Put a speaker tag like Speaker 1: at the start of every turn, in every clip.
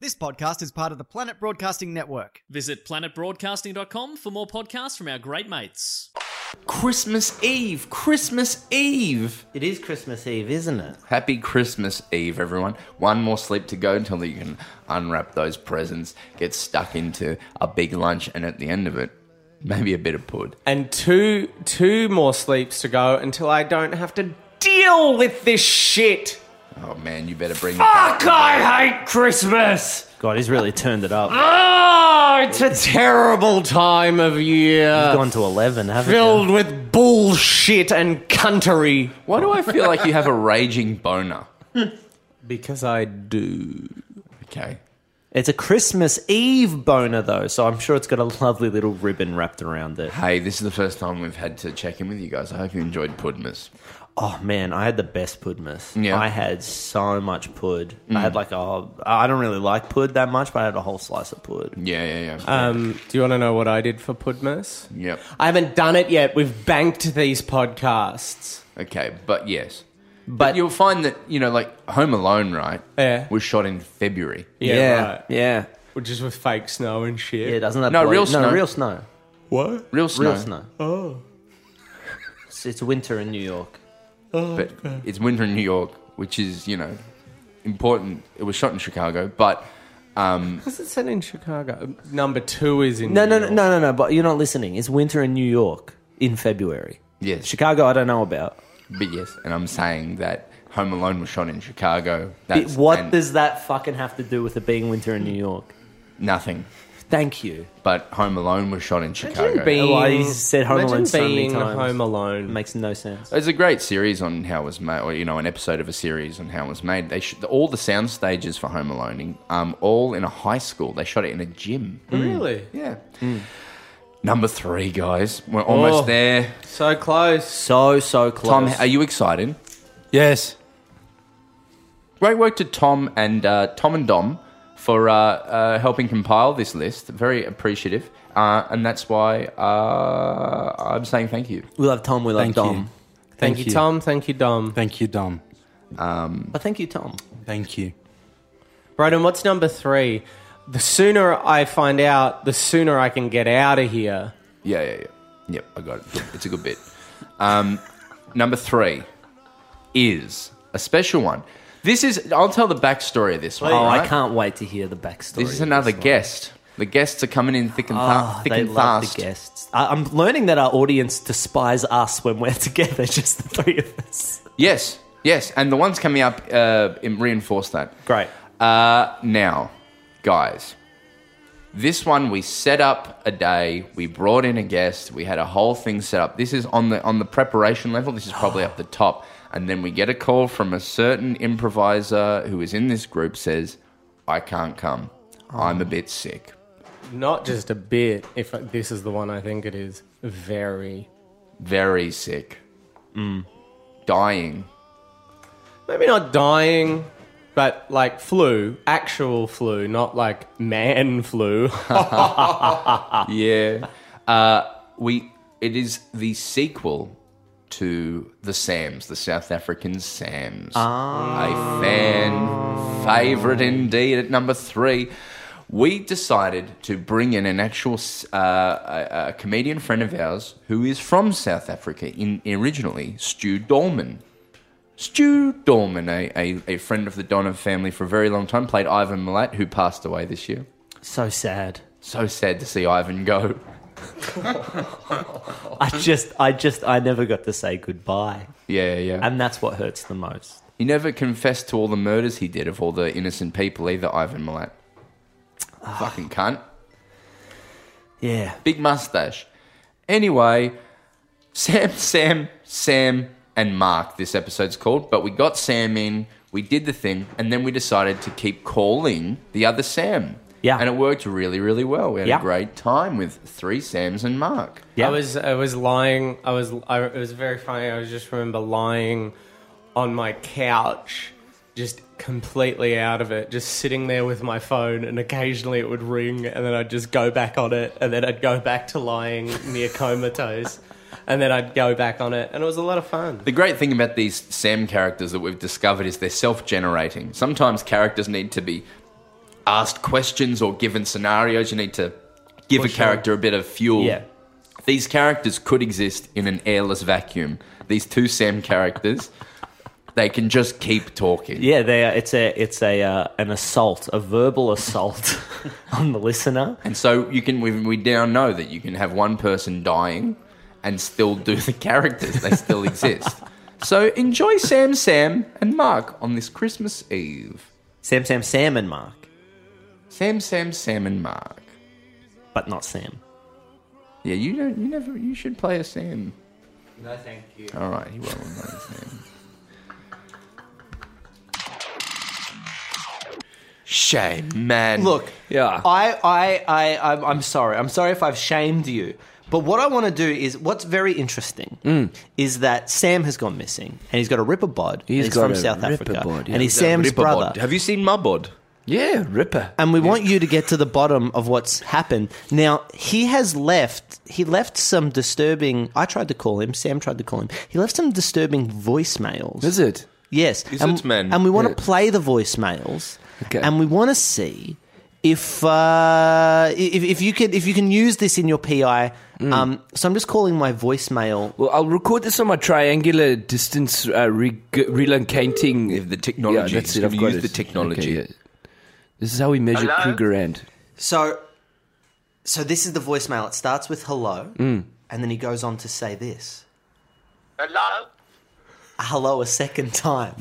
Speaker 1: This podcast is part of the Planet Broadcasting Network.
Speaker 2: Visit planetbroadcasting.com for more podcasts from our great mates.
Speaker 3: Christmas Eve, Christmas Eve.
Speaker 4: It is Christmas Eve, isn't it?
Speaker 3: Happy Christmas Eve, everyone. One more sleep to go until you can unwrap those presents, get stuck into a big lunch, and at the end of it, maybe a bit of pud.
Speaker 5: and two two more sleeps to go until I don't have to deal with this shit.
Speaker 3: Oh man, you better bring it
Speaker 5: Fuck!
Speaker 3: back.
Speaker 5: I hate Christmas.
Speaker 4: God, he's really turned it up.
Speaker 5: Oh, it's a terrible time of year,
Speaker 4: Gone to 11, haven't
Speaker 5: filled with bullshit and cuntery.
Speaker 3: Why do I feel like you have a raging boner?
Speaker 5: Because I do.
Speaker 3: Okay.
Speaker 4: you? It's a Christmas Eve boner, though, so I'm sure it's got a lovely little ribbon wrapped around it.
Speaker 3: Hey, this is the first time we've had to check in with you guys. I hope you enjoyed Pudmas.
Speaker 4: Oh, man, I had the best pudmas.
Speaker 3: Yeah.
Speaker 4: I had so much pud. I had like a. I don't really like pud that much, but I had a whole slice of pud.
Speaker 3: Yeah, yeah, yeah.
Speaker 5: Um, do you want to know what I did for Pudmas?
Speaker 3: yep.
Speaker 5: I haven't done it yet. We've banked these podcasts.
Speaker 3: Okay, but yes.
Speaker 4: But
Speaker 3: You'll find that, you know, like Home Alone, right?
Speaker 5: Yeah.
Speaker 3: Was shot in February.
Speaker 5: Yeah,
Speaker 4: yeah,
Speaker 5: right.
Speaker 4: yeah.
Speaker 5: Which is with fake snow and shit.
Speaker 4: Yeah, doesn't that
Speaker 3: No,
Speaker 4: blow-
Speaker 3: real
Speaker 4: no
Speaker 3: snow.
Speaker 4: real snow
Speaker 5: What?
Speaker 3: Real snow.
Speaker 4: real snow oh it's, it's winter in New York
Speaker 3: But it's winter in New York, which is, you know, important. It was shot in Chicago, but um,
Speaker 5: What's it said in Chicago? Number two is in.
Speaker 4: no
Speaker 5: New
Speaker 4: no no
Speaker 5: York.
Speaker 4: no no no but you're not listening it's winter in New York in February
Speaker 3: yes.
Speaker 4: Chicago I don't know about
Speaker 3: But yes, and I'm saying that Home Alone was shot in Chicago.
Speaker 4: It-
Speaker 3: That's,
Speaker 4: what
Speaker 3: and
Speaker 4: does that fucking have to do with it being winter in New York
Speaker 3: nothing?
Speaker 4: thank you
Speaker 3: But Home Alone was shot in Chicago.
Speaker 5: being-
Speaker 4: well, he Oh, said Home
Speaker 5: Imagine
Speaker 4: Alone so many
Speaker 5: being
Speaker 4: times.
Speaker 5: Home
Speaker 4: it
Speaker 5: Alone.
Speaker 4: makes no sense
Speaker 3: There's a great series on how it was made, or you know, an episode of a series on how it was made. They sh- all the sound stages for Home Alone, in- um, all in a high school. They shot it in a gym.
Speaker 5: Really?
Speaker 3: Yeah. Number three, guys, we're almost
Speaker 5: Oh.
Speaker 3: there.
Speaker 5: So close.
Speaker 4: so so close
Speaker 3: Tom, are you excited? Yes. Great work to Tom and uh, Tom and Dom for uh, uh, helping compile this list. Very appreciative, uh, and that's why uh, I'm saying thank you.
Speaker 4: we love Tom we love
Speaker 6: Thank
Speaker 4: Dom
Speaker 6: you.
Speaker 5: Thank, you, Tom. Thank you, Dom.
Speaker 6: Thank you, Dom.
Speaker 4: but thank you Tom
Speaker 6: Thank you.
Speaker 5: Broden, what's number three? The sooner I find out, the sooner I can get out of here.
Speaker 3: Yeah, yeah, yeah. Yep, I got it. It's a good bit. Um, number three is a special one. This is. I'll tell the backstory of this one.
Speaker 4: oh I
Speaker 3: alright?
Speaker 4: can't wait to hear the backstory
Speaker 3: This is another guest. The guests are coming in thick and, tha-
Speaker 4: Oh,
Speaker 3: thick
Speaker 4: they
Speaker 3: and
Speaker 4: love
Speaker 3: fast.
Speaker 4: the guests. I, I'm learning that our audience despise us when we're together, just the three of us.
Speaker 3: Yes, yes, and the ones coming up uh, im- reinforce that.
Speaker 4: Great.
Speaker 3: Uh, now, guys, this one we set up a day. We brought in a guest. We had a whole thing set up. This is on the on the preparation level. This is probably up the top, and then we get a call from a certain improviser who is in this group. Says, "I can't come. I'm a bit sick."
Speaker 5: Not just a bit, if this is the one I think it is. Very.
Speaker 3: very sick, dying.
Speaker 5: Maybe not dying, but like flu, actual flu, not like man flu.
Speaker 3: Yeah, uh, we. It is the sequel to the Sams, the South African Sams, a fan favorite indeed. At number three, we decided to bring in an actual s- uh, a, a comedian friend of ours who is from South Africa, in originally Stu Dorman. Stu Dorman, a, a, a friend of the Donovan family for a very long time, played Ivan Milat, who passed away this year.
Speaker 4: So sad.
Speaker 3: So sad to see Ivan go.
Speaker 4: I just, I just, I never got to say goodbye,
Speaker 3: Yeah, yeah.
Speaker 4: and that's what hurts the most.
Speaker 3: he never confessed to all the murders he did of all the innocent people either, Ivan Milat. Fucking cunt.
Speaker 4: Yeah.
Speaker 3: Big mustache. Anyway, Sam, Sam, Sam, and Mark, this episode's called. But we got Sam in, we did the thing, and then we decided to keep calling the other Sam.
Speaker 4: Yeah.
Speaker 3: And it worked really, really well. We had
Speaker 4: Yeah.
Speaker 3: a great time with three Sams and Mark.
Speaker 4: Yeah.
Speaker 5: I was I was lying. I was I, it was very funny. I was just remember lying on my couch, just completely out of it, just sitting there with my phone, and occasionally it would ring, and then I'd just go back on it, and then I'd go back to lying near comatose, and then I'd go back on it, and it was a lot of fun.
Speaker 3: The great thing about these Sam characters that we've discovered is they're self generating. Sometimes characters need to be asked questions or given scenarios. You need to give a
Speaker 7: sure.
Speaker 3: character a bit of fuel.
Speaker 7: Yeah.
Speaker 3: These characters could exist in an airless vacuum. These two Sam characters, they can just keep talking.
Speaker 7: Yeah, they are, it's a it's a uh, an assault, a verbal assault on the listener.
Speaker 3: And so you can we, we now know that you can have one person dying and still do the characters. They still exist. So enjoy Sam, Sam, and Mark on this Christmas Eve.
Speaker 7: Sam, Sam, Sam, and Mark,
Speaker 3: Sam, Sam, Sam, and Mark.
Speaker 7: but not Sam.
Speaker 3: Yeah, you don't. You never. You should play a Sam.
Speaker 8: No, thank you.
Speaker 3: All right, you will play a Sam. Shame, man.
Speaker 8: Look,
Speaker 3: yeah.
Speaker 8: I, I, I, I'm, I'm sorry. I'm sorry if I've shamed you.
Speaker 7: But what I want to do is what's very interesting
Speaker 6: Mm.
Speaker 7: is that Sam has gone missing and he's got a ripper bod. and He's,
Speaker 6: got
Speaker 7: from
Speaker 6: a
Speaker 7: South
Speaker 6: ripper
Speaker 7: Africa
Speaker 6: bod, yeah.
Speaker 7: and he's
Speaker 6: That
Speaker 7: Sam's
Speaker 3: Ripper
Speaker 7: brother.
Speaker 3: Bod. Have you seen my bod?
Speaker 6: Yeah, Ripper.
Speaker 7: and we want you to get to the bottom of what's happened. Now he has left. He left some disturbing. I tried to call him. Sam tried to call him. He left some disturbing voicemails.
Speaker 6: Is it?
Speaker 7: Yes,
Speaker 3: Is
Speaker 7: and,
Speaker 3: it, man?
Speaker 7: and we want to
Speaker 6: Yeah.
Speaker 7: play the voicemails,
Speaker 6: Okay.
Speaker 7: and we want to see if, uh, if if you can if you can use this in your PI.
Speaker 3: Mm.
Speaker 7: Um, so I'm just calling my voicemail.
Speaker 6: Well, I'll record this on my triangular distance uh, re- g- relocating.
Speaker 3: If the technology-
Speaker 6: Yeah, that's
Speaker 3: you
Speaker 6: it.
Speaker 3: can
Speaker 6: I've got
Speaker 3: use
Speaker 6: it.
Speaker 3: the technology.
Speaker 6: Okay, yeah. This is how we measure
Speaker 3: Hello?
Speaker 6: Kruger and
Speaker 7: So, so this is the voicemail. It starts with hello, and then he goes on to say this.
Speaker 9: Hello?
Speaker 7: hello a second time.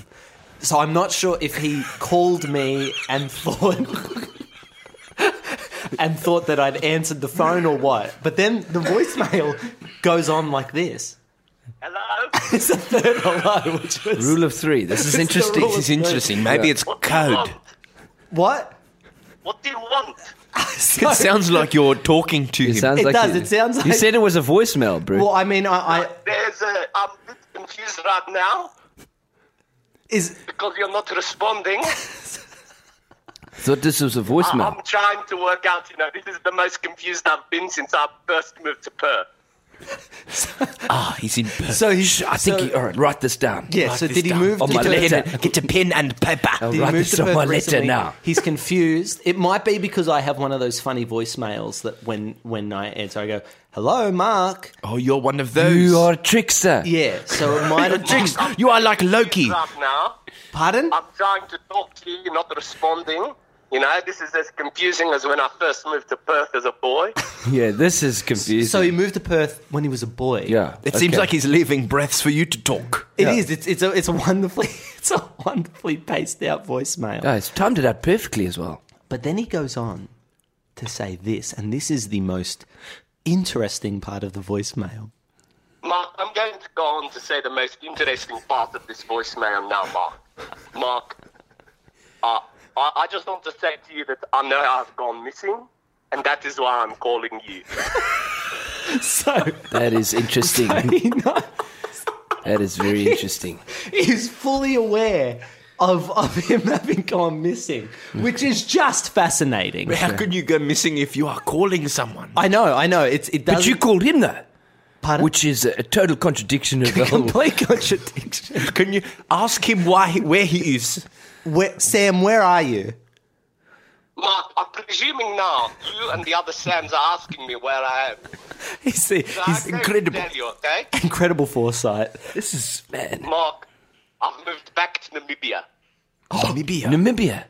Speaker 7: So I'm not sure if he called me and thought and thought that I'd answered the phone or what. But then the voicemail goes on like this.
Speaker 9: Hello?
Speaker 7: It's a third hello, which was
Speaker 6: Rule of three. This is
Speaker 7: the
Speaker 6: interesting.
Speaker 7: rule
Speaker 6: This
Speaker 7: of
Speaker 6: is
Speaker 7: three.
Speaker 6: interesting.
Speaker 3: Maybe it's
Speaker 9: What do you want?
Speaker 7: what?
Speaker 9: What do you want?
Speaker 7: So-
Speaker 3: sounds like you're talking to
Speaker 6: It sounds
Speaker 7: It
Speaker 6: like
Speaker 7: does, it sounds
Speaker 6: You
Speaker 7: like-
Speaker 6: said it was a voicemail, bro.
Speaker 7: well, I mean, I, I
Speaker 9: There's a. I'm a bit confused right now
Speaker 7: is
Speaker 9: because you're not responding.
Speaker 6: thought this was a
Speaker 9: I-
Speaker 6: voicemail.
Speaker 9: I'm trying to work out, you know, this is the most confused I've been since I first moved to Perth.
Speaker 3: Uh,
Speaker 6: Ah, he's in. Perth.
Speaker 7: so he's
Speaker 6: Shh, I think.
Speaker 7: so-
Speaker 6: he, all right, write this down.
Speaker 7: yeah.
Speaker 6: Write
Speaker 7: So
Speaker 6: this
Speaker 7: did he
Speaker 6: down
Speaker 7: move
Speaker 6: on
Speaker 7: to
Speaker 6: my
Speaker 7: Perth?
Speaker 6: letter? Get a pen and paper. I'll
Speaker 7: Did he
Speaker 6: write
Speaker 7: move
Speaker 6: this
Speaker 7: to
Speaker 6: on
Speaker 7: Perth
Speaker 6: my letter
Speaker 7: recently?
Speaker 6: now.
Speaker 7: He's confused. It might be because I have one of those funny voicemails that when when I answer, I go, "Hello, Mark."
Speaker 3: Oh, you're one of those.
Speaker 6: You are a trickster.
Speaker 7: Yeah. So it might have been.
Speaker 3: You are like Loki.
Speaker 9: Right now,
Speaker 7: Pardon?
Speaker 9: I'm trying to talk to you, you're not responding. You know, this is as confusing as when I first moved to Perth as a boy.
Speaker 6: Yeah, this is confusing.
Speaker 7: So he moved to Perth when he was a boy.
Speaker 6: yeah,
Speaker 3: It seems
Speaker 6: okay.
Speaker 3: like he's leaving breaths for you to talk.
Speaker 7: it
Speaker 6: Yeah.
Speaker 7: is. It's it's a it's a wonderfully it's a wonderfully paced out voicemail.
Speaker 6: Yeah, Ah, it's timed it out perfectly as well.
Speaker 7: But then he goes on to say this, and this is the most interesting part of the voicemail.
Speaker 9: Mark, I'm going to go on to say the most interesting part of this voicemail now, Mark. Mark, uh, I, I just want to say to you that I know I've gone missing, and that is why I'm calling you.
Speaker 7: So
Speaker 6: That is interesting.
Speaker 7: he knows,
Speaker 6: that is very interesting.
Speaker 7: he's fully aware. Of, of him having gone missing, which is just fascinating.
Speaker 3: How could you go missing if you are calling someone?
Speaker 7: I know, I know. It's it does.
Speaker 6: But you called him though,
Speaker 7: pardon?
Speaker 6: which is a total contradiction of the whole.
Speaker 7: complete contradiction.
Speaker 3: Can you ask him why he, where he is?
Speaker 7: Where, Sam, where are you?
Speaker 9: Mark, I'm presuming now you and the other Sams are asking me where I am.
Speaker 7: He's, he's
Speaker 9: So I'm going to
Speaker 3: incredible.
Speaker 9: Tell you, okay?
Speaker 7: incredible foresight.
Speaker 6: This is man,
Speaker 9: Mark, I've moved back to Namibia.
Speaker 7: Oh,
Speaker 3: Namibia.
Speaker 6: Namibia.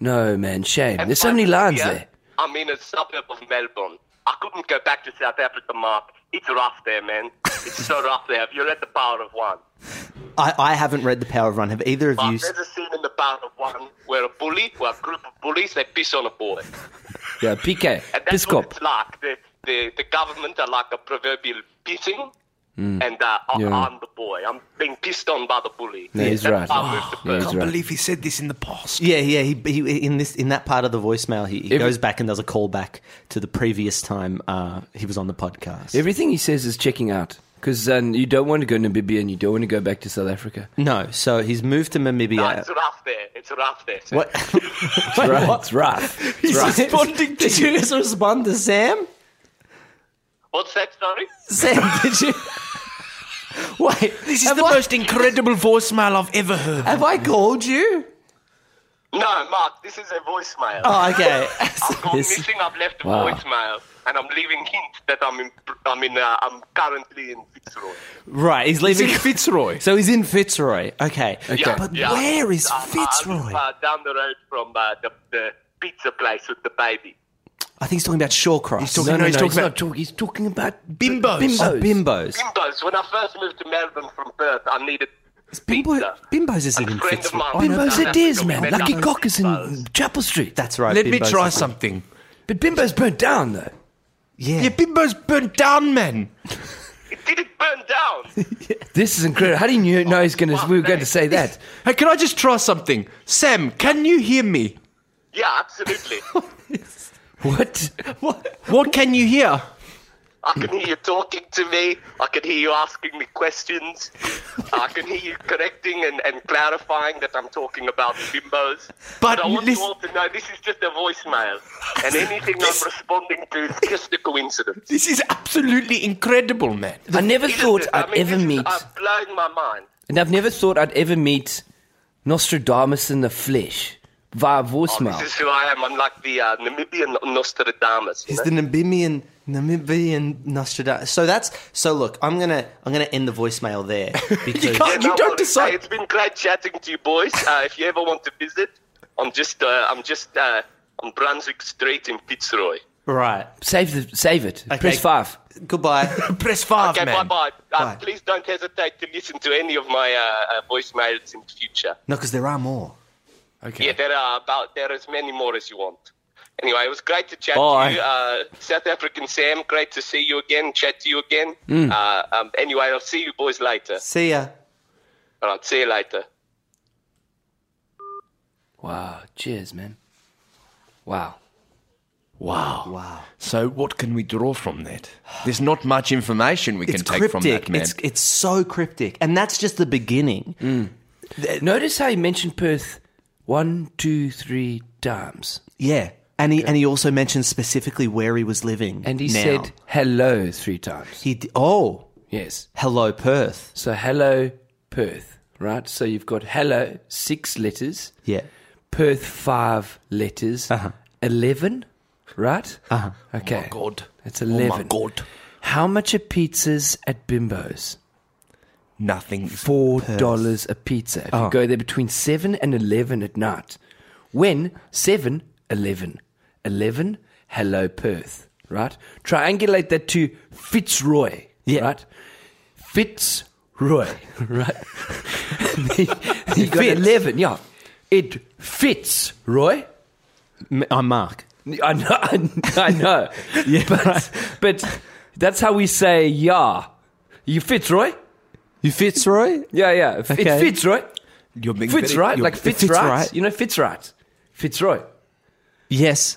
Speaker 6: No man, shame. There's so many
Speaker 9: By
Speaker 6: lines
Speaker 9: Namibia,
Speaker 6: there.
Speaker 9: I'm in a suburb of Melbourne. I couldn't go back to South Africa, Mark. It's rough there, man. It's so rough there. Have you read The Power of One?
Speaker 7: I, I haven't read The Power of Run. Have either of
Speaker 9: But
Speaker 7: you?
Speaker 9: there's a scene in the Power of One where a bully, where a group of bullies, they piss on a boy.
Speaker 6: Yeah, PK,
Speaker 9: And that's what
Speaker 6: Piscop.
Speaker 9: it's like. The, the, the government are like a proverbial pissing. And uh, I-
Speaker 6: Hmm. Yeah.
Speaker 9: I'm the boy. I'm being pissed on by the bully.
Speaker 6: Yeah, he's
Speaker 9: That's
Speaker 6: right.
Speaker 9: why I moved to
Speaker 6: Yeah, he's
Speaker 9: Perth.
Speaker 6: right.
Speaker 3: believe he said this in the past.
Speaker 7: Yeah, yeah. He, he in this in that part of the voicemail, he, he
Speaker 6: Every-
Speaker 7: goes back and does a callback to the previous time uh, he was on the podcast.
Speaker 6: Everything he says is checking out because um, you don't want to go to Namibia and you don't want to go back to South Africa.
Speaker 7: no, so he's moved to
Speaker 9: No,
Speaker 7: Namibia.
Speaker 9: it's rough there. It's rough there.
Speaker 7: what?
Speaker 6: It's right. It's rough. It's rough.
Speaker 7: responding to Did you just respond to Sam?
Speaker 9: What's that, sorry?
Speaker 7: Sam, did you? Wait,
Speaker 3: This is
Speaker 7: have
Speaker 3: the
Speaker 7: I-
Speaker 3: most incredible voicemail I've ever heard.
Speaker 7: Have I called you?
Speaker 9: No, Mark, this is a voicemail.
Speaker 7: Oh, okay.
Speaker 9: I've gone
Speaker 6: This-
Speaker 9: missing. I've left a
Speaker 6: Wow.
Speaker 9: voicemail, and I'm leaving hints that I'm in. I'm in. Uh, I'm currently in Fitzroy.
Speaker 7: right, he's
Speaker 10: Is
Speaker 7: leaving.
Speaker 10: it Fitzroy?
Speaker 7: So he's in Fitzroy. Okay.
Speaker 10: Okay.
Speaker 7: But
Speaker 9: Yeah.
Speaker 7: where is
Speaker 9: I- I- I
Speaker 7: Fitzroy?
Speaker 9: live, uh, down the road from uh, the, the pizza place with the baby.
Speaker 7: I think he's talking about Shawcross. He's
Speaker 6: No, no, no, he's,
Speaker 10: talking about-
Speaker 6: not talking. He's talking about
Speaker 11: Bimbos.
Speaker 6: Bimbos.
Speaker 7: Bimbos.
Speaker 9: Bimbos. When I first moved to Melbourne from Perth, I needed
Speaker 7: Bimbo,
Speaker 9: pizza.
Speaker 7: Bimbos isn't
Speaker 9: And
Speaker 7: in
Speaker 9: a friend of
Speaker 7: Fitzroy.
Speaker 9: mine-
Speaker 7: Oh, no,
Speaker 6: Bimbos
Speaker 9: no,
Speaker 6: it
Speaker 9: no,
Speaker 6: is,
Speaker 9: no,
Speaker 6: man.
Speaker 9: no,
Speaker 6: Lucky
Speaker 9: no,
Speaker 6: Cock is in
Speaker 9: Bimbos.
Speaker 6: Chapel Street.
Speaker 7: That's right.
Speaker 10: Let me
Speaker 7: Bimbo's
Speaker 10: try
Speaker 7: isn't-
Speaker 10: something.
Speaker 6: But Bimbo's burnt down though.
Speaker 7: Yeah.
Speaker 10: Yeah, Bimbo's burnt down, man.
Speaker 9: it didn't burn down.
Speaker 6: This is incredible. How do you knew- know he's going to? We were going to say that.
Speaker 10: Hey, can I just try something? Sam, can you hear me?
Speaker 9: yeah, absolutely.
Speaker 6: What?
Speaker 10: What can you hear?
Speaker 9: I can hear you talking to me. I can hear you asking me questions. I can hear you correcting and, and clarifying that I'm talking about bimbos.
Speaker 10: But
Speaker 9: I
Speaker 10: you
Speaker 9: want
Speaker 10: listen-
Speaker 9: you all to know this is just a voicemail, and anything I'm responding to is just a coincidence.
Speaker 10: This is absolutely incredible, man.
Speaker 6: I never thought
Speaker 9: Isn't it?
Speaker 6: I'd
Speaker 9: I mean,
Speaker 6: ever
Speaker 9: this is-
Speaker 6: meet,
Speaker 9: I'm blowing my mind.
Speaker 6: and I've never thought I'd ever meet Nostradamus in the flesh via voicemail.
Speaker 9: Oh, This is who I am. I'm like the uh, Namibian Nostradamus. You
Speaker 7: He's
Speaker 9: know?
Speaker 7: the Namibian Namibian Nostradamus. So that's so. Look, I'm gonna I'm gonna end the voicemail there because
Speaker 10: can't- you
Speaker 9: no
Speaker 10: don't
Speaker 9: worries.
Speaker 10: decide-
Speaker 9: Hey, it's been great chatting to you boys. Uh, if you ever want to visit, I'm just uh, I'm just uh, on Brunswick Street in Fitzroy.
Speaker 7: right.
Speaker 6: save the, save it.
Speaker 7: Okay.
Speaker 6: Press five.
Speaker 7: Goodbye.
Speaker 10: Press five,
Speaker 9: Okay,
Speaker 10: man.
Speaker 9: bye bye. Uh,
Speaker 7: Bye.
Speaker 9: please don't hesitate to listen to any of my uh, uh, voicemails in future.
Speaker 7: no, because there are more.
Speaker 9: Yeah, there are about there are as many more as you want. Anyway, it was great to chat
Speaker 6: Bye.
Speaker 9: to you, uh, South African Sam. Great to see you again, chat to you again.
Speaker 7: Mm.
Speaker 9: Uh, um, anyway, I'll see you boys later.
Speaker 7: See ya.
Speaker 9: All right, see you later.
Speaker 6: Wow. Cheers, man. Wow.
Speaker 10: Wow. Wow. So, what can we draw from that? There's not much information we
Speaker 7: It's
Speaker 10: can take
Speaker 7: cryptic.
Speaker 10: from that, man.
Speaker 7: It's it's so cryptic, and that's just the beginning.
Speaker 6: Uh, Notice how he mentioned Perth one, two, three times,
Speaker 7: Yeah, and he and he also mentioned specifically where he was living,
Speaker 6: and he
Speaker 7: now.
Speaker 6: said hello three times.
Speaker 7: he d- oh
Speaker 6: Yes.
Speaker 7: hello Perth.
Speaker 6: So hello Perth, right? So you've got hello six letters.
Speaker 7: Yeah,
Speaker 6: Perth five letters. Eleven, right? Uh-huh. Okay.
Speaker 10: Oh, my God.
Speaker 6: That's
Speaker 10: Oh, my
Speaker 6: eleven.
Speaker 10: God.
Speaker 6: How much are pizzas at Bimbo's?
Speaker 10: Nothing.
Speaker 6: Four dollars a pizza. If
Speaker 7: Oh.
Speaker 6: you go there between seven and eleven at night. When seven, eleven. Eleven, hello Perth. Right? Triangulate that to Fitzroy.
Speaker 7: Yeah.
Speaker 6: Right? Fitzroy. Right. you got
Speaker 7: fits.
Speaker 6: eleven, yeah. It fits, Roy.
Speaker 7: M- I'm Mark.
Speaker 6: I know, I know, I know. but, but that's how we say yeah. You fits, Roy?
Speaker 7: You Fitzroy?
Speaker 6: Yeah, yeah. It
Speaker 7: Okay.
Speaker 6: fits, Roy.
Speaker 10: You're being
Speaker 6: Fits,
Speaker 10: very-
Speaker 6: right?
Speaker 10: you're-
Speaker 6: Like
Speaker 7: fits
Speaker 6: fits, right.
Speaker 7: right.
Speaker 6: You know, fits, right. Fits, Roy.
Speaker 7: Yes,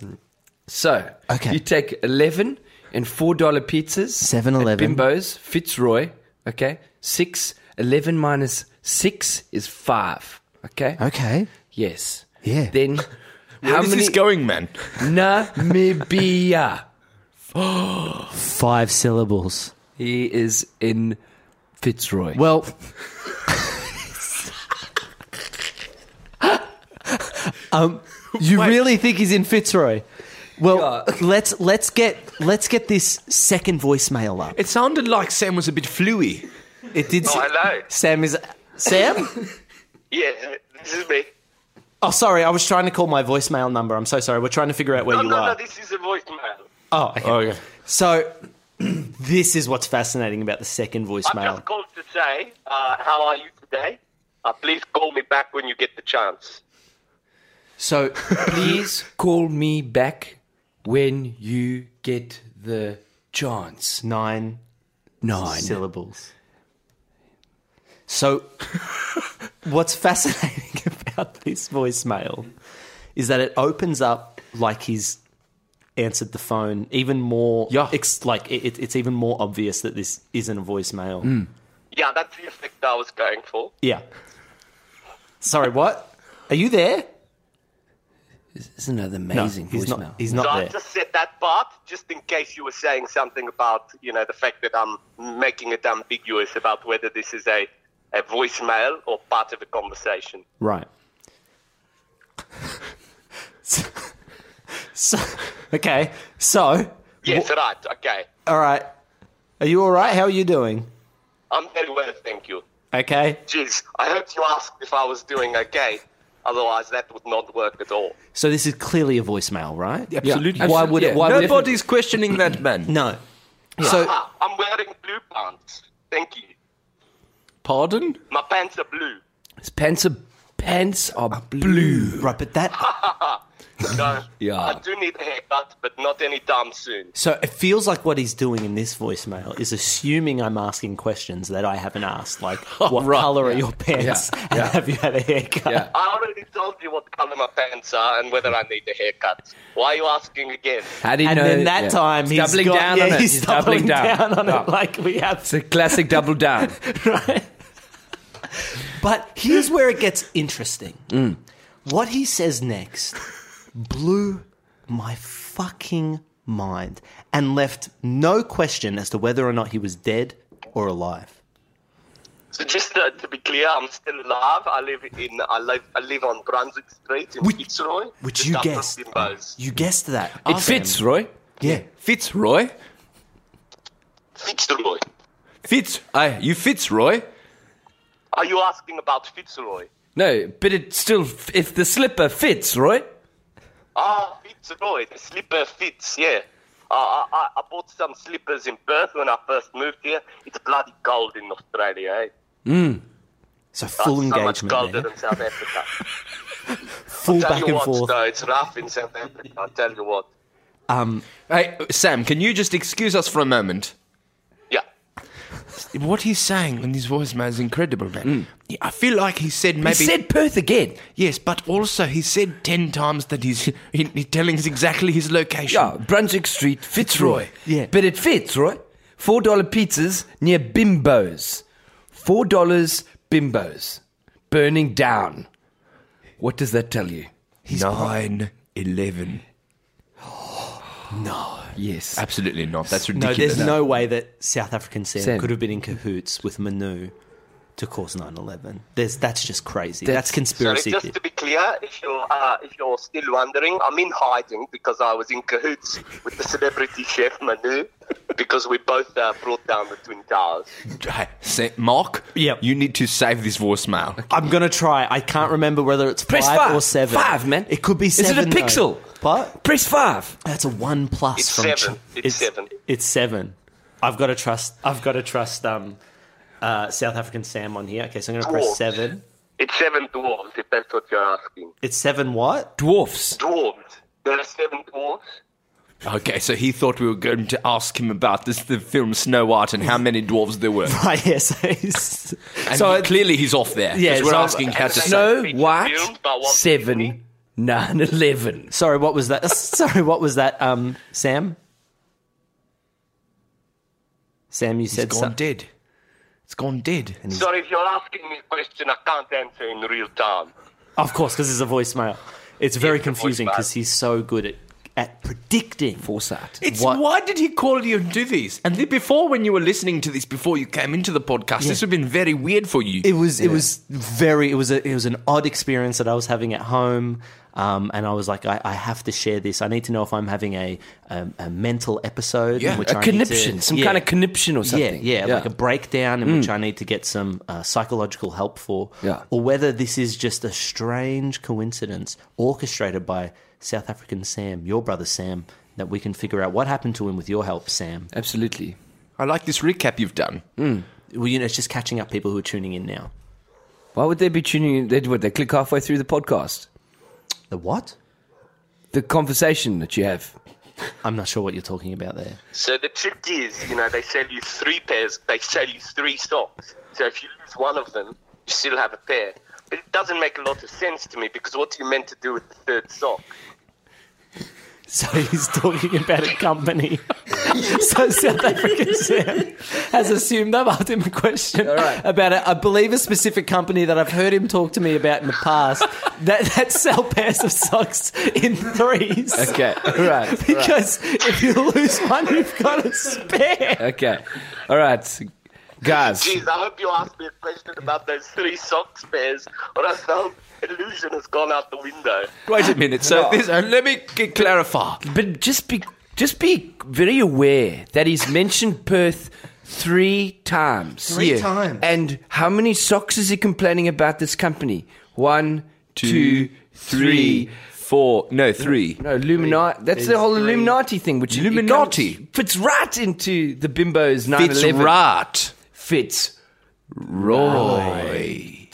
Speaker 6: So
Speaker 7: Okay.
Speaker 6: you take eleven and four dollar pizzas,
Speaker 7: 7-Eleven.
Speaker 6: at Bimbos, Fitzroy. Okay, six. Eleven minus six is five. Okay.
Speaker 7: okay.
Speaker 6: Yes.
Speaker 7: Yeah.
Speaker 6: Then how
Speaker 10: Where is
Speaker 6: many?
Speaker 10: this going, man?
Speaker 6: Namibia.
Speaker 7: Five syllables.
Speaker 6: He is in Fitzroy.
Speaker 7: Well, um, you really think he's in Fitzroy? Well,
Speaker 6: Yeah.
Speaker 7: let's let's get let's get this second voicemail up.
Speaker 10: It sounded like Sam was a bit fluey.
Speaker 7: It did.
Speaker 9: Oh, hello.
Speaker 7: Sam is Sam.
Speaker 9: Yeah, this is me.
Speaker 7: Oh, sorry, I was trying to call my voicemail number. I'm so sorry. We're trying to figure out where
Speaker 9: No,
Speaker 7: you
Speaker 9: no,
Speaker 7: are.
Speaker 9: no. This is a voicemail.
Speaker 7: oh, okay. So this is what's fascinating about the second
Speaker 9: I
Speaker 7: voicemail.
Speaker 9: just called to say, uh, how are you today? Uh, please call me back when you get the chance.
Speaker 7: So
Speaker 6: Please call me back when you get the chance.
Speaker 7: nine
Speaker 6: Nine.
Speaker 7: syllables. So, what's fascinating about this voicemail is that it opens up like he's answered the phone even more.
Speaker 10: Yeah.
Speaker 7: It's like it, it- it's even more obvious that this isn't a voicemail.
Speaker 9: Yeah, that's the effect I was going for.
Speaker 7: Yeah. Sorry, what? Are you there?
Speaker 6: It's another amazing
Speaker 7: he's
Speaker 6: voicemail.
Speaker 7: not. He's
Speaker 9: So
Speaker 7: not
Speaker 9: I
Speaker 7: there.
Speaker 9: just said that part just in case you were saying something about, you know, the fact that I'm making it ambiguous about whether this is a, a voicemail or part of a conversation.
Speaker 7: Right. So, okay, so
Speaker 9: Yes, right. Okay.
Speaker 7: all right, are you all right? How are you doing?
Speaker 9: I'm very well, thank you.
Speaker 7: Okay,
Speaker 9: Jeez, I hope you asked if I was doing okay. Otherwise, that would not work at all.
Speaker 7: so this is clearly a voicemail, right?
Speaker 6: Absolutely.
Speaker 7: Why would it?
Speaker 6: Yeah.
Speaker 7: Why would it-
Speaker 3: Nobody's questioning that man.
Speaker 7: No. So
Speaker 9: Ah, I'm wearing blue pants. Thank you.
Speaker 3: Pardon?
Speaker 9: My pants are blue.
Speaker 6: His pants are, pants are blue.
Speaker 7: right, but that
Speaker 9: No,
Speaker 6: Yeah.
Speaker 9: I do need a haircut, but not anytime soon.
Speaker 7: So it feels like what he's doing in this voicemail is assuming I'm asking questions that I haven't asked, like what
Speaker 6: right,
Speaker 7: color
Speaker 6: yeah,
Speaker 7: are your pants
Speaker 6: yeah,
Speaker 7: and
Speaker 6: yeah.
Speaker 7: have you had a haircut?
Speaker 6: Yeah.
Speaker 9: I already told you what color my pants are and whether I need a haircut. Why are you asking again?
Speaker 6: How do you
Speaker 7: And
Speaker 6: know?
Speaker 7: then that
Speaker 6: yeah.
Speaker 7: time
Speaker 6: He's
Speaker 7: he's
Speaker 6: doubling
Speaker 7: got-
Speaker 6: down
Speaker 7: yeah,
Speaker 6: on it.
Speaker 7: He's, doubling, down, on
Speaker 6: Yeah.
Speaker 7: it, like we have,
Speaker 6: It's a classic double down.
Speaker 7: right? but here's where it gets interesting. What he says next blew my fucking mind and left no question as to whether or not he was dead or alive.
Speaker 9: So just uh, to be clear, I'm still alive. I live in I live I live on Brunswick Street in
Speaker 7: Which-
Speaker 9: Fitzroy.
Speaker 7: Which
Speaker 9: just
Speaker 7: you
Speaker 9: after
Speaker 7: guessed.
Speaker 9: Bimbo's.
Speaker 7: You guessed that.
Speaker 6: It fits, Roy.
Speaker 7: Yeah.
Speaker 3: Fitzroy?
Speaker 9: Fitzroy.
Speaker 3: Fitz. I, you Fitzroy?
Speaker 9: Are you asking about Fitzroy?
Speaker 6: No, but it still, f- if the slipper fits, Roy.
Speaker 9: Ah, Fitzroy, the slipper fits, yeah. Uh, I, I, I bought some slippers in Perth when I first moved here. It's bloody cold in Australia, eh?
Speaker 7: So Hmm. full
Speaker 9: so much
Speaker 7: engagement.
Speaker 9: colder
Speaker 7: There.
Speaker 9: than South Africa.
Speaker 7: Full
Speaker 9: tell
Speaker 7: back
Speaker 9: you
Speaker 7: and
Speaker 9: what,
Speaker 7: forth.
Speaker 9: though, it's rough in South Africa, I'll tell you what.
Speaker 3: Hey, Sam, can you just excuse us for a moment?
Speaker 9: Yeah.
Speaker 3: What he's saying in his voicemail is incredible, man. Yeah, I feel like Mm. he said maybe.
Speaker 6: He said Perth again.
Speaker 3: yes, but also he said ten times that he's he, he's telling us exactly his location.
Speaker 6: Yeah, Brunswick Street, Fitzroy.
Speaker 7: Yeah.
Speaker 6: But it fits, right? Four dollar pizzas near Bimbo's. Four dollars Bimbo's. Burning down. What does that tell you?
Speaker 3: Nine, eleven.
Speaker 6: Yes.
Speaker 3: Absolutely not. That's
Speaker 7: No,
Speaker 3: ridiculous.
Speaker 7: there's no way that South African Sam,
Speaker 6: Sam.
Speaker 7: could have been in cahoots with Manu to cause 9/11. There's that's just crazy. That's,
Speaker 6: That's-
Speaker 9: Sorry,
Speaker 7: conspiracy.
Speaker 9: just
Speaker 7: theory.
Speaker 9: to be clear, if you're, uh, if you're still wondering, I'm in hiding because I was in cahoots with the celebrity chef Manu because we both uh, brought down the Twin Towers.
Speaker 3: Hey, Sa- Mark,
Speaker 7: Yep.
Speaker 3: you need to save this voicemail.
Speaker 7: I'm gonna try. I can't remember whether it's
Speaker 6: Press
Speaker 7: five,
Speaker 6: five.
Speaker 7: or seven.
Speaker 6: Five, man.
Speaker 7: It could be
Speaker 6: Is it a
Speaker 7: seven. though.
Speaker 6: pixel?
Speaker 7: What?
Speaker 6: Press five.
Speaker 7: That's a one plus.
Speaker 9: It's
Speaker 7: from
Speaker 9: seven.
Speaker 7: Ch-
Speaker 9: It's seven.
Speaker 7: It's seven. I've got to trust. I've got to trust. Um, uh, South African Sam on here. Okay, so I'm gonna press
Speaker 9: Dwarves.
Speaker 7: seven.
Speaker 9: It's seven dwarves, if that's what you're asking.
Speaker 7: It's seven. What?
Speaker 6: Dwarfs.
Speaker 9: Dwarves. There are seven dwarves.
Speaker 3: Okay, so he thought we were going to ask him about this the film Snow White and how many dwarves there were.
Speaker 7: Right. Yes.
Speaker 3: And
Speaker 7: so
Speaker 3: he- clearly he's off there. 'cause
Speaker 7: Yeah,
Speaker 3: we're
Speaker 7: so-
Speaker 3: asking how to say.
Speaker 6: Snow
Speaker 9: Feature film,
Speaker 6: White
Speaker 9: but what-
Speaker 6: seven nine eleven.
Speaker 7: Sorry, what was that? Sorry, what was that, um, Sam? Sam, you said
Speaker 3: It's
Speaker 7: so-
Speaker 3: gone dead. It's gone dead.
Speaker 9: Sorry, if you're asking me a question, I can't answer in real time.
Speaker 7: Of course, because it's a voicemail. It's very
Speaker 9: It's a
Speaker 7: confusing
Speaker 9: voicemail.
Speaker 7: because he's so good at, at predicting.
Speaker 6: Foresight.
Speaker 3: It's
Speaker 7: What-
Speaker 3: why did he call you and do this? And then before, when you were listening to this, before you came into the podcast, this would have been very weird for you.
Speaker 7: It was it was very it was a, it was an odd experience that I was having at home, um, and I was like, I, I have to share this. I need to know if I'm having a a, a mental episode,
Speaker 3: Yeah,
Speaker 7: in which
Speaker 6: A
Speaker 7: I need to-
Speaker 6: conniption, some kind
Speaker 7: Yeah.
Speaker 6: of conniption or
Speaker 7: Yeah,
Speaker 6: something.
Speaker 7: yeah, like a breakdown in which I need to get some uh, psychological help for,
Speaker 6: Yeah.
Speaker 7: or whether this is just a strange coincidence orchestrated by South African Sam, your brother Sam, that we can figure out what happened to him with your help, Sam.
Speaker 6: Absolutely.
Speaker 3: I like this recap you've done.
Speaker 7: Well, you know, it's just catching up people who are tuning in now.
Speaker 6: Why would they be tuning in? They, what, they click halfway through the podcast.
Speaker 7: The what?
Speaker 6: The conversation that you have.
Speaker 7: I'm not sure what you're talking about there.
Speaker 9: So the trick is, you know, they sell you three pairs, they sell you three socks. So if you lose one of them, you still have a pair. But it doesn't make a lot of sense to me because what are you meant to do with the third sock?
Speaker 7: So he's talking about a company. so South African Sam has assumed I've asked him a question about, a, I believe, a specific company that I've heard him talk to me about in the past that, that sell pairs of socks in threes.
Speaker 6: Okay, right.
Speaker 7: Because if you lose one, you've got a spare.
Speaker 6: Okay. All right. Guys,
Speaker 9: Jeez, I hope you asked me a question about those three socks pairs, or else the whole illusion has gone out the window.
Speaker 3: Wait a minute. So this, uh, let me c- clarify.
Speaker 6: But just be just be very aware that he's mentioned Perth three times.
Speaker 3: Three Yeah. times.
Speaker 6: And how many socks is he complaining about this company? One, two,
Speaker 3: Two,
Speaker 6: three.
Speaker 3: three, four. No, three.
Speaker 6: No, Illuminati. That's the whole Illuminati thing, which it
Speaker 3: Illuminati.
Speaker 6: comes- fits right into the bimbos. 9/11.
Speaker 3: Fitz Rat.
Speaker 6: Fits.
Speaker 3: Roy.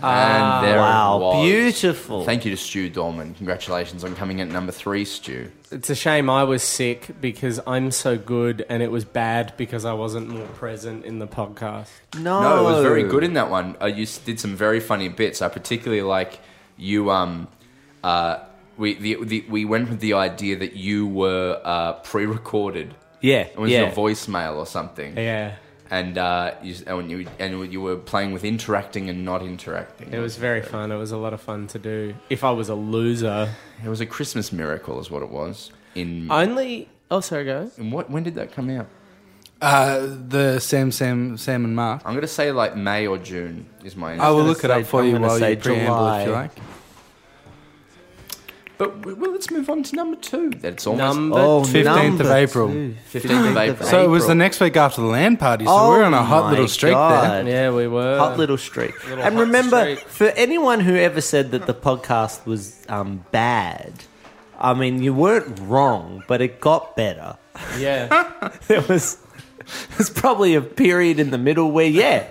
Speaker 3: And
Speaker 12: Ah,
Speaker 3: there
Speaker 12: Wow,
Speaker 5: Oh,
Speaker 3: it was.
Speaker 12: beautiful.
Speaker 3: Thank you to Stu Dorman. Congratulations on coming in at number three, Stu.
Speaker 5: It's a shame I was sick because I'm so good, and it was bad because I wasn't more present in the podcast.
Speaker 12: no,
Speaker 3: No, it was very good in that one. Uh, you s- did some very funny bits. I particularly like you. Um, uh, we the, the we went with the idea that you were uh, pre-recorded.
Speaker 12: Yeah,
Speaker 3: It was
Speaker 12: yeah.
Speaker 3: your voicemail or something.
Speaker 5: Yeah,
Speaker 3: And uh, you s- and when you and you were playing with interacting and not interacting.
Speaker 5: it was very fun. It was a lot of fun to do. If I was a loser,
Speaker 3: It was a Christmas miracle, is what it was. In,
Speaker 5: only. Oh, sorry, go.
Speaker 3: in what when did that come out?
Speaker 13: Uh, the Sam, Sam, Sam and Mark.
Speaker 3: I'm gonna say like May or June is my.
Speaker 13: I will look
Speaker 12: say-
Speaker 13: it up for
Speaker 12: I'm
Speaker 13: you
Speaker 12: gonna
Speaker 13: while
Speaker 12: say
Speaker 13: you preamble, if you
Speaker 12: July.
Speaker 13: like.
Speaker 3: But w- well, let's move on to number two. That's almost
Speaker 5: Number
Speaker 12: Oh,
Speaker 13: 15th of
Speaker 12: number
Speaker 13: April.
Speaker 12: two.
Speaker 3: 15th of April.
Speaker 13: So it was the next week after the land party, so
Speaker 12: Oh
Speaker 13: we're on a hot
Speaker 12: my
Speaker 13: little streak there.
Speaker 12: God.
Speaker 5: Yeah, we were.
Speaker 12: Hot little streak. and
Speaker 5: hot
Speaker 12: remember,
Speaker 5: streak.
Speaker 12: for anyone who ever said that the podcast was um, bad, I mean, you weren't wrong, but it got better.
Speaker 5: Yeah,
Speaker 12: There was there's probably a period in the middle where, yeah,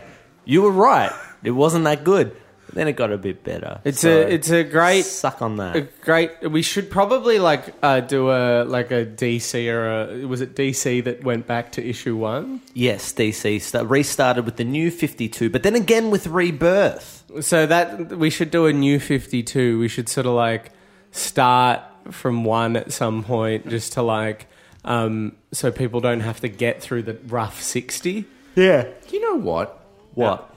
Speaker 12: you were right. It wasn't that good. But then it got a bit better.
Speaker 5: it's
Speaker 12: So,
Speaker 5: a it's a great
Speaker 12: suck on that.
Speaker 5: a great. We should probably like uh, do a like a DC or a, was it DC that went back to issue one?
Speaker 12: Yes, DC st- restarted with the new 52, but then again with Rebirth.
Speaker 5: So that we should do a new fifty two. We should sort of like start from one at some point, just to like um, so people don't have to get through the rough sixty.
Speaker 12: Yeah.
Speaker 3: you know what?
Speaker 12: What?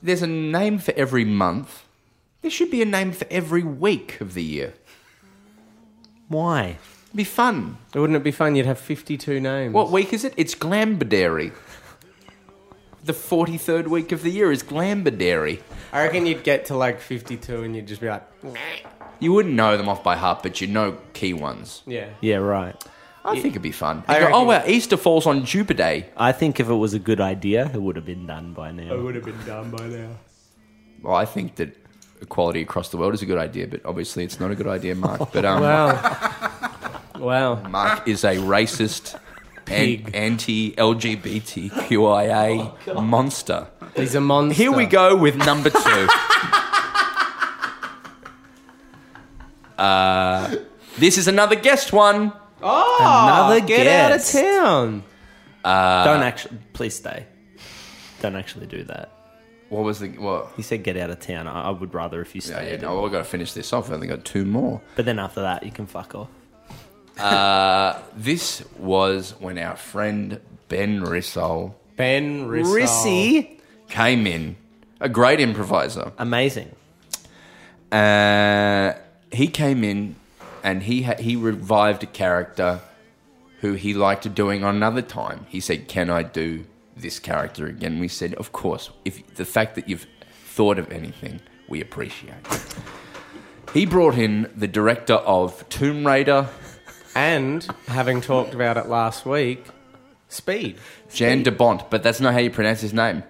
Speaker 3: There's a name for every month. There should be a name for every week of the year.
Speaker 12: Why?
Speaker 3: It'd be fun.
Speaker 5: Wouldn't it be fun? You'd have fifty two names.
Speaker 3: What week is it? It's Glambadary. The 43rd week of the year is Glambadary.
Speaker 5: I reckon you'd get to like fifty two and you'd just be like,
Speaker 3: You wouldn't know them off by heart, but you know key ones.
Speaker 5: yeah.
Speaker 12: Yeah, right.
Speaker 3: I think it'd be fun.
Speaker 5: I
Speaker 3: You go, oh,
Speaker 5: reckon-
Speaker 3: wow, Easter falls on Jupiter Day.
Speaker 12: I think if it was a good idea, it would have been done by now.
Speaker 5: would have been done by now.
Speaker 3: Well, I think that equality across the world is a good idea, but obviously it's not a good idea, Mark. But um,
Speaker 5: Wow. wow.
Speaker 3: Mark is a racist, an- anti-LGBTQIA monster.
Speaker 5: He's a monster.
Speaker 3: Oh, Here we go with number two. uh, Uh, this is another guest one.
Speaker 12: Another
Speaker 5: Get
Speaker 12: guest.
Speaker 5: out of town.
Speaker 12: Don't
Speaker 14: Uh,
Speaker 12: actually. Please stay. Don't actually do that.
Speaker 3: What was the what?
Speaker 12: You said get out of town. I, I would rather if you
Speaker 3: Yeah,
Speaker 12: stayed.
Speaker 3: yeah, no, well, I've got to finish this off. I've only got two more.
Speaker 12: But then after that, you can fuck off.
Speaker 3: This was when our friend Ben Rissol
Speaker 5: Ben Rissol.
Speaker 3: came in, a great improviser.
Speaker 12: Amazing.
Speaker 3: Uh, he came in and he ha- he revived a character who he liked doing on another time. He said, "Can I do this character again?" We said, "Of course." If the fact that you've thought of anything, we appreciate. he brought in the director of Tomb Raider,
Speaker 5: And having talked about it last week, Speed.
Speaker 3: Jan de Bont, but that's not how you pronounce his name.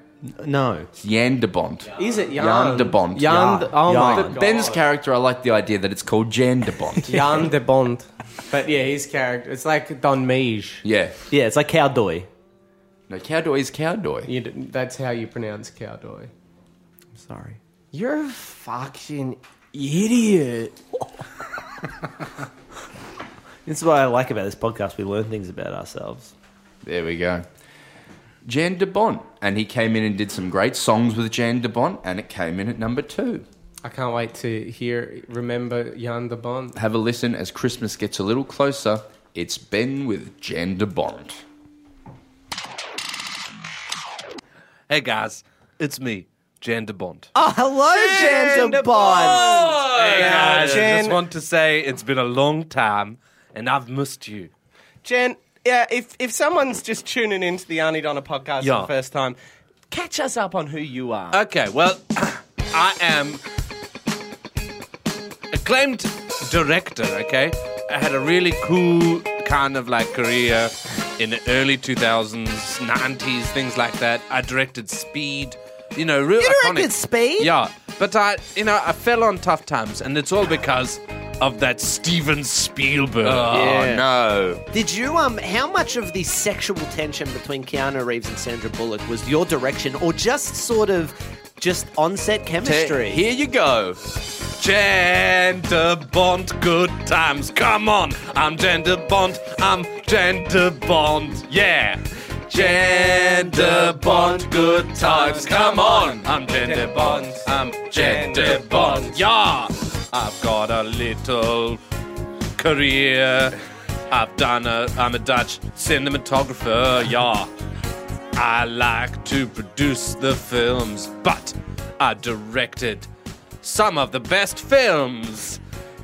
Speaker 12: No.
Speaker 3: It's Jan de Bont.
Speaker 5: Is it
Speaker 3: Jan de Bont.
Speaker 5: Jan. De- oh my
Speaker 12: Jan.
Speaker 5: god.
Speaker 3: Ben's character, I like the idea that it's called Jan de Bont.
Speaker 5: Jan de Bont. But yeah, his character. It's like Don Meij.
Speaker 3: yeah.
Speaker 12: Yeah, it's like Cowdoy.
Speaker 3: No, Cowdoy is Cowdoy.
Speaker 5: You d- that's how you pronounce cowdoy.
Speaker 12: Sorry.
Speaker 5: You're a fucking idiot.
Speaker 12: This is what I like about this podcast. We learn things about ourselves.
Speaker 3: There we go. Jan de Bont. And he came in and did some great songs with Jan de Bont, and it came in at number two.
Speaker 5: I can't wait to hear, remember Jan de Bont.
Speaker 3: Have a listen as Christmas gets a little closer. It's Ben with Jan de Bont.
Speaker 14: Hey guys, it's me, Jan de Bont.
Speaker 12: Oh, hello, Jan de Bond.
Speaker 14: hey guys, I
Speaker 5: Jan.
Speaker 14: just want to say it's been a long time and I've missed you.
Speaker 5: Jen, yeah, if if someone's just tuning into the Arnie Donna podcast for
Speaker 14: Yeah.
Speaker 5: the first time,
Speaker 6: Catch us up on who you are.
Speaker 14: Okay, well, I am acclaimed director, okay? I had a really cool kind of like career in the early 2000s, 90s, things like that. I directed Speed, you know, real
Speaker 4: You
Speaker 14: iconic.
Speaker 4: directed Speed?
Speaker 14: Yeah, but I, you know, I fell on tough times, and it's all because of that Steven Spielberg.
Speaker 3: Oh, no.
Speaker 6: Did you um? How much of the sexual tension between Keanu Reeves and Sandra Bullock was your direction, or just sort of just on-set chemistry?
Speaker 3: Here you go.
Speaker 14: Gender Bond, good times. Come on, I'm Gender Bond. I'm Gender Bond. Yeah. Gender Bond, good times. Come on, I'm Gender Bond. I'm Gender Bond. Yeah. I've got a little career. I've done a. I'm a Dutch cinematographer. Yeah. I like to produce the films, but I directed some of the best films.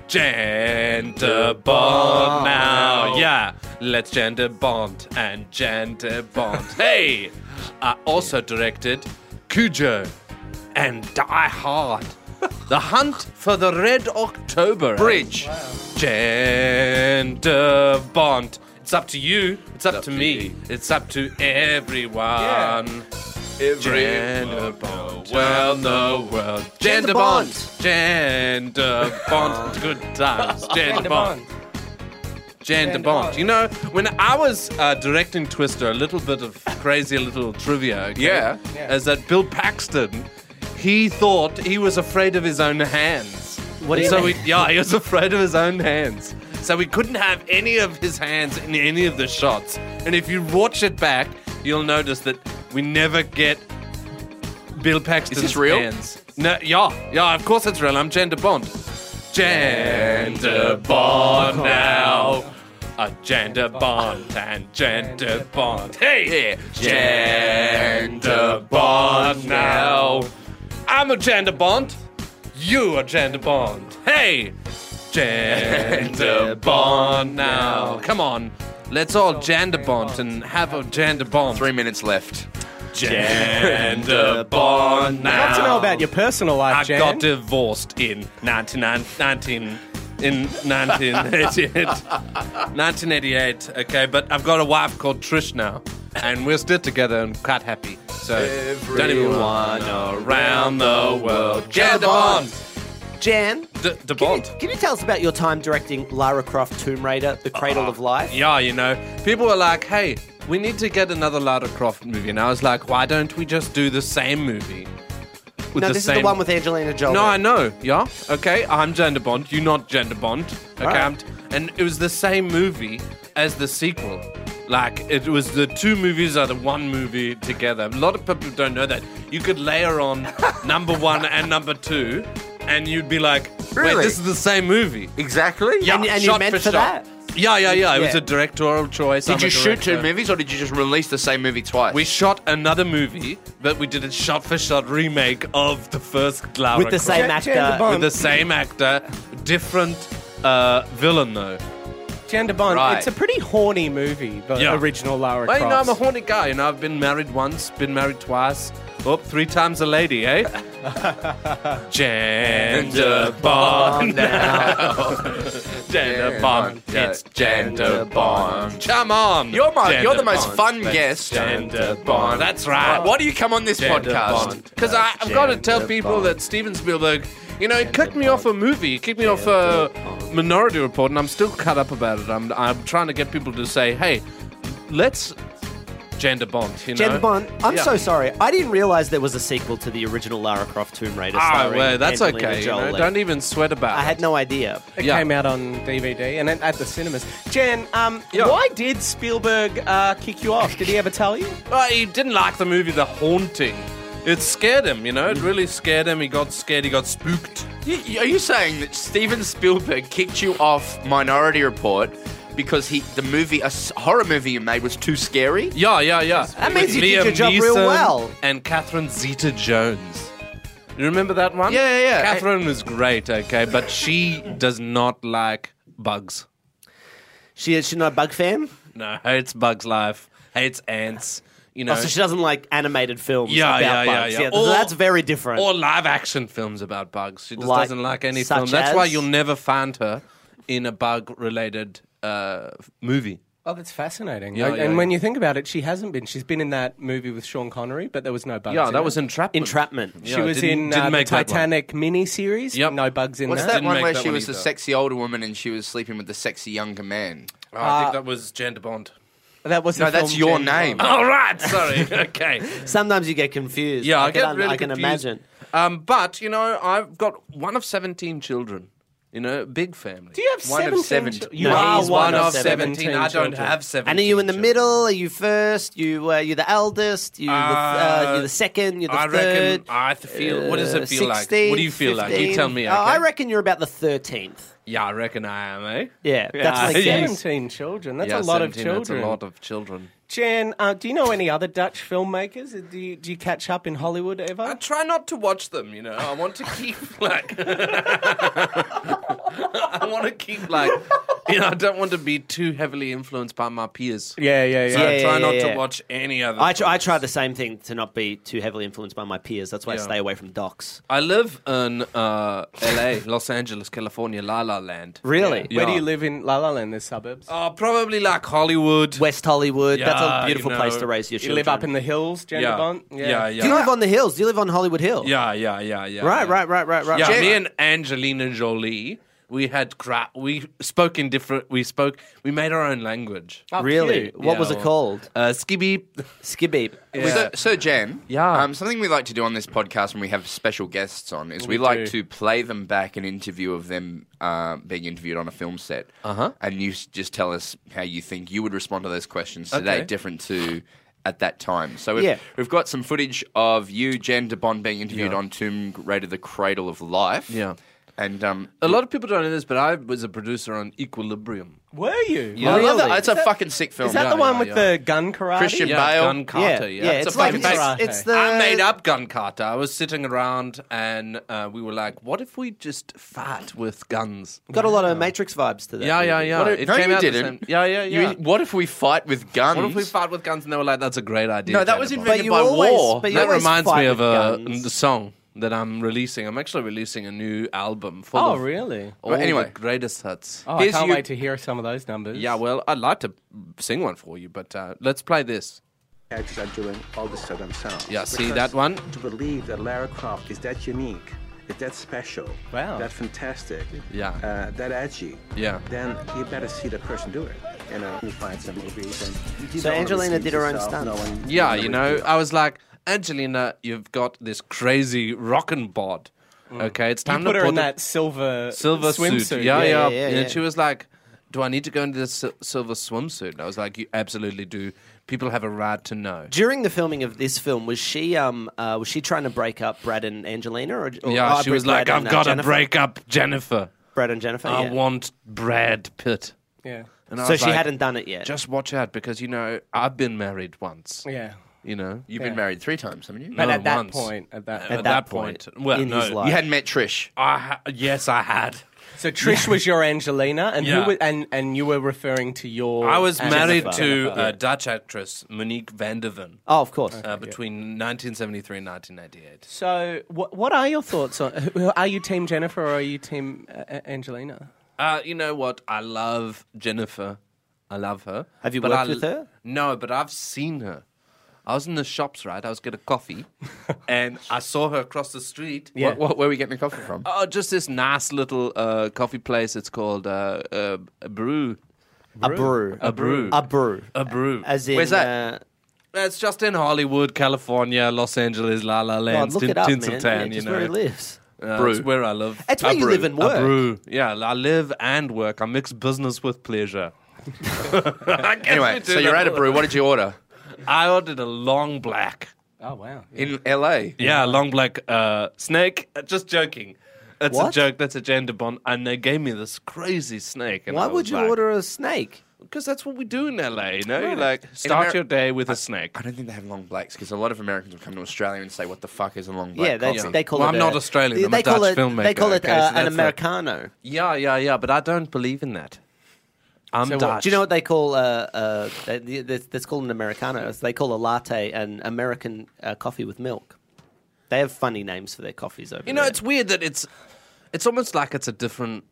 Speaker 14: Gender bond now, yeah. Let's gender bond and gender bond. hey, I also directed Cujo and Die Hard. The Hunt for the Red October
Speaker 3: Bridge.
Speaker 14: Gender bond. It's up to you. It's up,
Speaker 3: up
Speaker 14: to
Speaker 3: to
Speaker 14: me.
Speaker 3: you.
Speaker 14: It's up to everyone. Gender bond. Well, the world. Gender bond. Gender bond. Good times. Gender bond. Gender bond. You know, when I was uh, directing Twister, a little bit of crazy little trivia. okay,
Speaker 3: Yeah.
Speaker 14: Is that Bill Paxton? He thought he was afraid of his own hands. What
Speaker 6: do you
Speaker 14: so
Speaker 6: mean?
Speaker 14: we- yeah, he was afraid of his own hands. So we couldn't have any of his hands in any of the shots. And if you watch it back, you'll notice that we never get Bill Paxton's
Speaker 3: Is this real?
Speaker 14: hands. No, yeah, yeah, of course it's real. I'm Gender Bond. Gender Bond now. A gender bond and gender bond. Hey! Gender bond now. I'm a gender bond. You a gender bond. Hey! Gender bond now. Come on. Let's all gender bond and have a gender bond.
Speaker 3: Three minutes left.
Speaker 14: Gender bond now.
Speaker 5: Got to know about your personal life,
Speaker 14: I
Speaker 5: Jan.
Speaker 14: got divorced in 1919. In 1988, 1988. Okay, but I've got a wife called Trish now, and we're still together and quite happy. So don't even want around the world. Gender bond,
Speaker 6: Jan,
Speaker 14: D- the
Speaker 6: can you,
Speaker 14: bond.
Speaker 6: can you tell us about your time directing Lara Croft Tomb Raider: The Cradle of Life?
Speaker 14: Yeah, Uh, you know, people were like, "Hey, we need to get another Lara Croft movie," and I was like, "Why don't we just do the same movie?" With
Speaker 6: no, this is the one with Angelina Jolie.
Speaker 14: No, I know. Yeah. Okay. I'm gender bond. You not gender bond. Okay.
Speaker 6: Ah.
Speaker 14: I'm t- and it was the same movie as the sequel. Like it was the two movies are the one movie together. A lot of people don't know that. You could layer on number one and number two, and you'd be like, "Wait,
Speaker 3: Really?
Speaker 14: this is the same movie."
Speaker 3: Exactly?
Speaker 14: Yeah,
Speaker 6: And- and you
Speaker 14: shot
Speaker 6: meant for
Speaker 14: shot.
Speaker 6: that?
Speaker 14: Yeah, yeah, yeah. It was
Speaker 6: Yeah.
Speaker 14: a directorial choice. I'm
Speaker 3: Did
Speaker 14: a
Speaker 3: you shoot
Speaker 14: director.
Speaker 3: two movies or did you just release the same movie twice?
Speaker 14: We shot another movie, but we did a shot for shot remake of the first Lara
Speaker 6: with the
Speaker 14: Croft.
Speaker 6: same
Speaker 5: Jan-
Speaker 6: actor.
Speaker 5: Jan de Bond.
Speaker 14: with the same actor, different uh, villain though.
Speaker 5: Gender Bond.
Speaker 3: Right.
Speaker 5: It's a pretty horny movie, the
Speaker 14: Yeah.
Speaker 5: original Lara
Speaker 14: Well,
Speaker 5: Croft.
Speaker 14: you know, I'm a horny guy. You know, I've been married once, been married twice, oh, three times a lady, eh? gender bond now. gender bond. It's gender bond. Come on.
Speaker 3: You're my-
Speaker 14: Gender
Speaker 3: you're the most
Speaker 14: bond.
Speaker 3: fun
Speaker 14: That's
Speaker 3: guest.
Speaker 14: Gender bond. That's right.
Speaker 3: Why do you come on this
Speaker 14: Gender
Speaker 3: podcast?
Speaker 14: bond. Because I- I've got to tell people that Steven Spielberg, you know, it kicked me off a movie, it kicked me off a Minority Report, and I'm still cut up about it. I'm, I'm trying to get people to say, hey, let's gender bond, you know?
Speaker 6: Jan de Bond, I'm
Speaker 14: Yeah.
Speaker 6: so sorry. I didn't realize there was a sequel to the original Lara Croft Tomb Raider.
Speaker 14: Oh,
Speaker 6: starring
Speaker 14: well, that's
Speaker 6: Angelina
Speaker 14: okay. You know?
Speaker 6: Jolie.
Speaker 14: Don't even sweat about
Speaker 6: I had
Speaker 14: it.
Speaker 6: no idea.
Speaker 5: It
Speaker 14: Yeah.
Speaker 5: came out on DVD and then at the cinemas. Jan, um,
Speaker 14: Yeah.
Speaker 5: why did Spielberg uh, kick you off? Did he ever tell you?
Speaker 14: Well, he didn't like the movie The Haunting. It scared him, you know?
Speaker 6: Mm.
Speaker 14: It really scared him. He got scared. He got spooked.
Speaker 3: You- Are you saying that Steven Spielberg kicked you off Minority Report because he the movie a s- horror movie you made was too scary?
Speaker 14: Yeah, yeah, yeah. That
Speaker 6: means you did your job real well.
Speaker 14: And Catherine Zeta Jones. You remember that one?
Speaker 3: Yeah, yeah, yeah.
Speaker 14: Catherine was great, okay, but she does not like bugs.
Speaker 6: She, she's not a bug fan?
Speaker 14: No, hates bugs life, hates ants. you know,
Speaker 7: Oh, so she doesn't like animated films
Speaker 14: Yeah,
Speaker 7: about
Speaker 14: yeah, yeah,
Speaker 7: bugs.
Speaker 14: yeah.
Speaker 7: so
Speaker 14: Or-
Speaker 7: that's very different.
Speaker 14: or live action films about bugs. She just
Speaker 7: Like-
Speaker 14: doesn't like any
Speaker 7: such
Speaker 14: film. That's why
Speaker 7: as?
Speaker 14: you'll never find her in a bug related uh, f- movie.
Speaker 5: Oh, that's fascinating.
Speaker 14: Yeah,
Speaker 5: and
Speaker 14: yeah,
Speaker 5: and
Speaker 14: yeah.
Speaker 5: when you think about it, she hasn't been. She's been in that movie with Sean Connery, but there was no bugs.
Speaker 14: Yeah,
Speaker 5: in
Speaker 14: that
Speaker 5: it.
Speaker 14: was Entrapment.
Speaker 7: Entrapment.
Speaker 14: Yeah,
Speaker 5: She was
Speaker 14: didn't-
Speaker 5: in
Speaker 14: didn't
Speaker 5: uh, the
Speaker 14: make that one.
Speaker 5: Titanic miniseries.
Speaker 14: Yep.
Speaker 5: No bugs in
Speaker 3: What's
Speaker 5: that.
Speaker 3: that
Speaker 14: Didn't
Speaker 3: one
Speaker 14: make
Speaker 3: where
Speaker 14: that
Speaker 3: she
Speaker 14: one
Speaker 3: was the
Speaker 14: either.
Speaker 3: sexy older woman and she was sleeping with the sexy younger man?
Speaker 14: Oh, I think that was Gender Bond.
Speaker 5: That, was
Speaker 3: No, that's your name.
Speaker 14: All right, sorry. okay.
Speaker 7: Sometimes you get confused.
Speaker 14: Yeah, I,
Speaker 7: can,
Speaker 14: get
Speaker 7: un-
Speaker 14: really
Speaker 7: I can
Speaker 14: confused.
Speaker 7: imagine.
Speaker 14: Um, but you know, I've got one of seventeen children. You know, big family. Do
Speaker 5: you have
Speaker 14: one
Speaker 5: 17
Speaker 14: of seventeen?
Speaker 5: chil-
Speaker 14: You
Speaker 7: No,
Speaker 14: are
Speaker 7: he's
Speaker 14: one
Speaker 7: one of
Speaker 14: of seventeen.
Speaker 5: 17
Speaker 14: I don't
Speaker 5: children.
Speaker 14: have seventeen.
Speaker 7: And are you in the
Speaker 14: children.
Speaker 7: middle? Are you first? You uh, you the eldest? You the th- uh,
Speaker 14: Uh,
Speaker 7: you the second? You the
Speaker 14: I
Speaker 7: third?
Speaker 14: reckon. I th- feel. What does
Speaker 7: uh,
Speaker 14: it feel like?
Speaker 7: 16th,
Speaker 14: What do you feel like? You
Speaker 7: 15th?
Speaker 14: tell me.
Speaker 7: Uh, I
Speaker 14: okay?
Speaker 7: reckon you're about the thirteenth.
Speaker 14: Yeah, I reckon I am. Eh?
Speaker 7: Yeah, that's
Speaker 14: Yeah.
Speaker 7: like
Speaker 14: Yeah.
Speaker 5: Seventeen children. That's
Speaker 14: yeah,
Speaker 5: a lot of
Speaker 14: 17,
Speaker 5: children.
Speaker 14: That's a lot of children.
Speaker 5: Jan, uh, do you know any other Dutch filmmakers? Do you, do you catch up in Hollywood
Speaker 14: I
Speaker 5: ever?
Speaker 14: try not to watch them. You know, I want to keep like. I want to keep like. You know, I don't want to be too heavily influenced by my peers.
Speaker 5: Yeah, yeah,
Speaker 14: So I
Speaker 7: Yeah,
Speaker 14: try
Speaker 7: yeah,
Speaker 14: not
Speaker 7: yeah.
Speaker 14: to watch any other.
Speaker 7: I, tr- I
Speaker 14: films.
Speaker 7: tried the same thing to not be too heavily influenced by my peers. That's why I stay away from docs.
Speaker 14: I live in uh, L.A., Los Angeles, California, La La Land.
Speaker 7: Really?
Speaker 14: Yeah.
Speaker 5: Where do you live in La La Land? The suburbs.
Speaker 14: Uh, probably like Hollywood.
Speaker 7: West Hollywood. that's
Speaker 14: Yeah,
Speaker 7: a beautiful
Speaker 14: you know,
Speaker 7: place to raise your
Speaker 5: you
Speaker 7: children.
Speaker 5: live up in the hills, Jan
Speaker 14: yeah.
Speaker 5: de Bont?
Speaker 14: yeah, yeah,
Speaker 7: Do you live on the hills? Do you live on Hollywood Hill?
Speaker 14: yeah, yeah, yeah, yeah.
Speaker 7: Right,
Speaker 14: yeah.
Speaker 7: right, right, right, right.
Speaker 14: Yeah,
Speaker 7: right.
Speaker 14: me and Angelina Jolie, we had gra- we spoke in different. We spoke. We made our own language.
Speaker 7: really?
Speaker 5: cute.
Speaker 7: What
Speaker 14: Yeah,
Speaker 7: was it
Speaker 14: well-
Speaker 7: called?
Speaker 14: Uh, skibby.
Speaker 7: Skibbeep.
Speaker 3: So, so Jan,
Speaker 14: Yeah.
Speaker 3: um, something we like to do on this podcast when we have special guests on is we,
Speaker 5: We
Speaker 3: like
Speaker 5: do.
Speaker 3: to play them back an interview of them uh, being interviewed on a film set, uh-huh. and you s- just tell us how you think you would respond to those questions today,
Speaker 14: Okay.
Speaker 3: different to at that time. So we've,
Speaker 7: Yeah.
Speaker 3: we've got some footage of you, Jan de Bond, being interviewed on Tomb Raider: The Cradle of Life.
Speaker 14: Yeah.
Speaker 3: and um,
Speaker 14: A lot of people don't know this, but I was a producer on Equilibrium.
Speaker 5: Were you?
Speaker 3: I love
Speaker 7: Really?
Speaker 3: it. It's a fucking sick film.
Speaker 5: Is that
Speaker 14: Yeah,
Speaker 5: the one
Speaker 14: yeah,
Speaker 5: with
Speaker 14: yeah.
Speaker 5: the gun karate?
Speaker 3: Christian
Speaker 14: Yeah,
Speaker 3: Bale.
Speaker 14: Gun Carter. Yeah,
Speaker 7: yeah, it's like
Speaker 14: fucking
Speaker 7: it's,
Speaker 14: basic-
Speaker 7: it's the
Speaker 14: Oh, I made up Gun Carter. I was sitting around and uh, we were like, "What if we just fight with guns?"
Speaker 7: Got a lot of Matrix vibes to that.
Speaker 14: Yeah, yeah,
Speaker 7: movie.
Speaker 14: yeah.
Speaker 3: What if-
Speaker 14: it
Speaker 3: no,
Speaker 14: came
Speaker 3: you
Speaker 14: out the
Speaker 3: didn't.
Speaker 14: same- Yeah, yeah,
Speaker 3: You-
Speaker 14: yeah.
Speaker 3: what if we fight with guns?
Speaker 14: What if we fight with guns and they were like, that's a great idea?
Speaker 3: No, that was
Speaker 14: Jennifer."
Speaker 3: invented
Speaker 7: you
Speaker 3: by
Speaker 7: always-
Speaker 3: war.
Speaker 7: but you
Speaker 14: That
Speaker 7: always
Speaker 14: reminds
Speaker 7: fight
Speaker 14: me of
Speaker 7: with
Speaker 14: a
Speaker 7: guns.
Speaker 14: the song that I'm releasing. I'm actually releasing a new album full
Speaker 5: Oh,
Speaker 14: of
Speaker 5: really?
Speaker 14: all
Speaker 3: Well, anyway.
Speaker 14: the greatest hits.
Speaker 5: Oh, I
Speaker 14: Here's
Speaker 5: can't
Speaker 14: you-
Speaker 5: wait to hear some of those numbers.
Speaker 14: Yeah, well, I'd like to sing one for you, but uh, let's play this.
Speaker 15: actors are doing all this to themselves.
Speaker 14: Yeah, see
Speaker 15: Because
Speaker 14: that one?
Speaker 15: To believe that Lara Croft is that unique, is that special,
Speaker 5: Wow.
Speaker 15: that fantastic,
Speaker 14: Yeah.
Speaker 15: uh, that edgy,
Speaker 14: Yeah.
Speaker 15: then you better see the person do it. You know, you find some movies and you don't
Speaker 7: So
Speaker 15: wanna
Speaker 7: Angelina
Speaker 15: deceive
Speaker 7: did her own
Speaker 15: yourself
Speaker 7: stunts.
Speaker 15: knowing-
Speaker 14: Yeah, you know, I was like, Angelina, you've got this crazy rockin' bod. Okay, it's
Speaker 5: You
Speaker 14: time
Speaker 5: put
Speaker 14: to
Speaker 5: her in
Speaker 14: the-
Speaker 5: that silver
Speaker 14: silver
Speaker 5: swimsuit.
Speaker 14: suit. Yeah, yeah.
Speaker 7: Yeah, yeah, yeah, yeah.
Speaker 14: And she was like, "Do I need to go into this sil- silver swimsuit?" And I was like, "You absolutely do. People have a right to know."
Speaker 7: During the filming of this film, was she um uh, was she trying to break up Brad and Angelina? Or, or
Speaker 14: Yeah,
Speaker 7: oh,
Speaker 14: she was like,
Speaker 7: Brad
Speaker 14: "I've
Speaker 7: and, uh,
Speaker 14: got to
Speaker 7: Jennifer?
Speaker 14: break up Jennifer.
Speaker 7: Brad and Jennifer.
Speaker 14: I
Speaker 7: yeah.
Speaker 14: want Brad Pitt."
Speaker 5: Yeah.
Speaker 14: And I
Speaker 7: so
Speaker 14: was
Speaker 7: she
Speaker 14: like,
Speaker 7: hadn't done it yet.
Speaker 14: Just watch out because you know I've been married once.
Speaker 5: Yeah.
Speaker 14: You know,
Speaker 3: You've
Speaker 5: Yeah.
Speaker 3: been married three times, haven't you?
Speaker 5: But
Speaker 14: No,
Speaker 5: at that
Speaker 14: once.
Speaker 5: point, at that
Speaker 14: at,
Speaker 5: point.
Speaker 14: that,
Speaker 7: that
Speaker 14: point,
Speaker 7: point
Speaker 14: well,
Speaker 7: in
Speaker 14: no,
Speaker 7: his life.
Speaker 3: You hadn't met Trish.
Speaker 14: I ha- yes, I had.
Speaker 5: So Trish was your Angelina, and
Speaker 14: Yeah.
Speaker 5: who were, and and you were referring to your.
Speaker 14: I was
Speaker 5: Jennifer.
Speaker 14: married to uh,
Speaker 5: Jennifer.
Speaker 14: a Dutch actress, Monique van der Ven,
Speaker 7: oh, of course.
Speaker 14: uh, between 1973 and 1988.
Speaker 5: So what what are your thoughts on? who- Are you Team Jennifer or are you Team uh, uh, Angelina?
Speaker 14: Uh, you know what? I love Jennifer. I love her.
Speaker 7: Have you
Speaker 14: But
Speaker 7: worked
Speaker 14: I-
Speaker 7: with her?
Speaker 14: No, but I've seen her. I was in the shops, right? I was getting coffee, and I saw her across the street.
Speaker 5: Yeah.
Speaker 3: What, what, where were we getting the coffee from?
Speaker 14: Oh, just this nice little uh, coffee place. It's called uh, uh, a brew.
Speaker 7: a brew.
Speaker 14: A brew.
Speaker 7: A brew.
Speaker 14: A brew.
Speaker 7: As in,
Speaker 14: Where's that?
Speaker 7: Uh,
Speaker 14: It's just in Hollywood, California, Los Angeles, La La
Speaker 7: God,
Speaker 14: Land,
Speaker 7: look
Speaker 14: Tin-
Speaker 7: it up, man. Yeah,
Speaker 14: Tinseltown. you
Speaker 7: just
Speaker 14: know,
Speaker 7: where he lives.
Speaker 14: Uh,
Speaker 3: Brew.
Speaker 14: It's where I live.
Speaker 7: It's where
Speaker 14: A
Speaker 7: you
Speaker 14: brew.
Speaker 7: live and work.
Speaker 14: A brew. Yeah, I live and work. I mix business with pleasure. I guess we
Speaker 3: Anyway,
Speaker 14: do
Speaker 3: so you're
Speaker 14: that
Speaker 3: at a
Speaker 14: all
Speaker 3: brew. What did you order
Speaker 14: the- I ordered a long black.
Speaker 5: Oh wow!
Speaker 3: in LA?
Speaker 14: Yeah, a long black uh, snake. Uh, Just joking. That's a
Speaker 7: What?
Speaker 14: joke. That's a gender bond. And they gave me this crazy snake. And
Speaker 7: Why would you order a snake?
Speaker 14: Because that's what we do in LA. You know, you
Speaker 3: Right.
Speaker 14: like
Speaker 3: In
Speaker 14: start
Speaker 3: Ameri-
Speaker 14: your day with a snake.
Speaker 3: I don't think they have long blacks because a lot of Americans will come to Australia and say, "What the fuck is a long black?"
Speaker 7: Yeah, they,
Speaker 3: coffee?"
Speaker 7: they call
Speaker 14: Well,
Speaker 7: it.
Speaker 14: I'm
Speaker 7: a-
Speaker 14: not Australian,
Speaker 7: They,
Speaker 14: I'm a
Speaker 7: they call
Speaker 14: Dutch
Speaker 7: it. They
Speaker 14: filmmaker,
Speaker 7: call it
Speaker 14: okay, so
Speaker 7: uh, an
Speaker 14: that's a-
Speaker 7: americano.
Speaker 14: Yeah, yeah, yeah. But I don't believe in that.
Speaker 7: I'm
Speaker 5: Dutch.
Speaker 7: Do you know what they call? Uh, uh, they- they- that's that's called an americano. It's- They call a latte an American uh, coffee with milk. They have funny names for their coffees over
Speaker 14: You know,
Speaker 7: there.
Speaker 14: it's weird that it's it's almost like it's a different